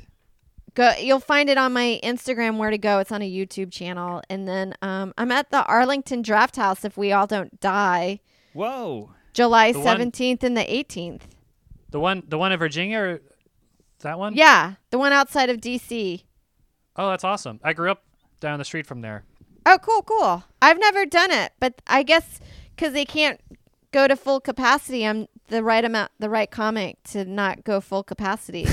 S5: Go, you'll find it on my Instagram. Where to go? It's on a YouTube channel, and then um, I'm at the Arlington Draft House. If we all don't die,
S2: Whoa.
S5: July
S1: The one-
S5: 17th and the 18th.
S1: The one, the one in Virginia, or that one?
S5: Yeah, the one outside of DC.
S1: Oh, that's awesome. I grew up down the street from there.
S5: Oh, cool, cool. I've never done it, but I guess because they can't go to full capacity, I'm the right amount, the right comic to not go full capacity.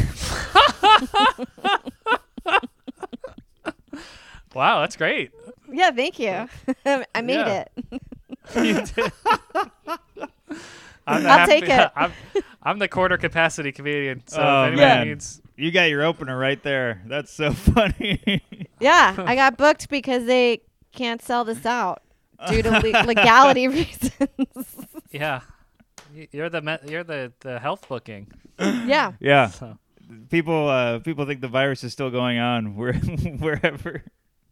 S1: Wow, that's great.
S5: yeah, thank you. I made
S1: Yeah.
S5: it.
S1: I'm the
S5: I'll take it.
S1: I'm, I'm the quarter capacity comedian. So
S2: Oh,
S1: if anybody
S2: man.
S1: needs,
S2: You got your opener right there. That's so funny.
S5: Yeah, I got booked because they can't sell this out due to le- legality reasons.
S1: yeah, Y- you're the me- you're the the health booking.
S5: yeah.
S2: yeah.
S1: So
S2: People uh, people think the virus is still going on where, wherever.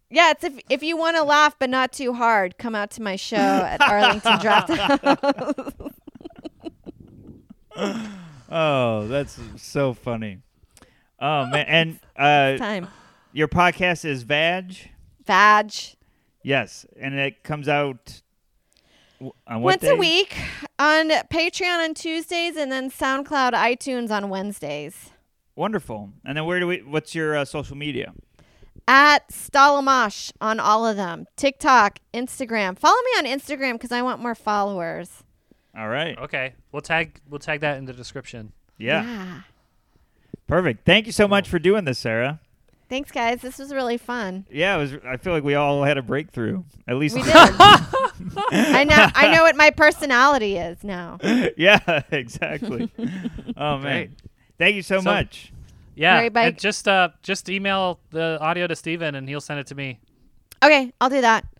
S5: Yeah, it's if if you want to laugh but not too hard, come out to my show at Arlington Draft House.
S2: Oh, that's so funny. Oh man, and uh,
S5: time.
S2: your podcast is Vag.
S5: Badge.
S2: Yes, and it comes out w- on what
S5: Once a
S2: day?
S5: week on Patreon on Tuesdays and then SoundCloud iTunes on Wednesdays.
S2: Wonderful. And then where do we? What's your uh, social media?
S5: At Stalamash on all of them. TikTok, Instagram. Follow me on Instagram because I want more followers.
S2: All right.
S1: okay, we'll tag we'll tag that in the description.
S2: Yeah. Perfect. Thank you so much for doing this, Sarah.
S5: Thanks guys. This was really fun.
S2: Yeah, it was. I feel like we all had a breakthrough. At least.
S5: We did. I know I know what my personality is now.
S2: yeah. Exactly. oh man.
S1: Great.
S2: Thank you so,
S1: So-
S2: much.
S1: Yeah,
S5: Very big.
S1: and just uh just email the audio to Steven and he'll send it to me.
S5: Okay, I'll do that. I'll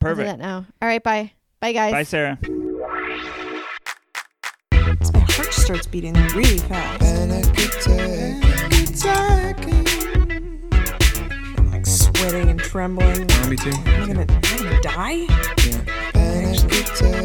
S5: do that
S2: Perfect.
S5: now. All right, bye. Bye guys.
S2: Bye, Sarah.
S3: My heart starts beating really fast.
S4: Panic attacking.
S3: I'm like sweating and trembling.
S6: Me too.
S3: I'm gonna, I'm gonna die.
S4: Panic attacking.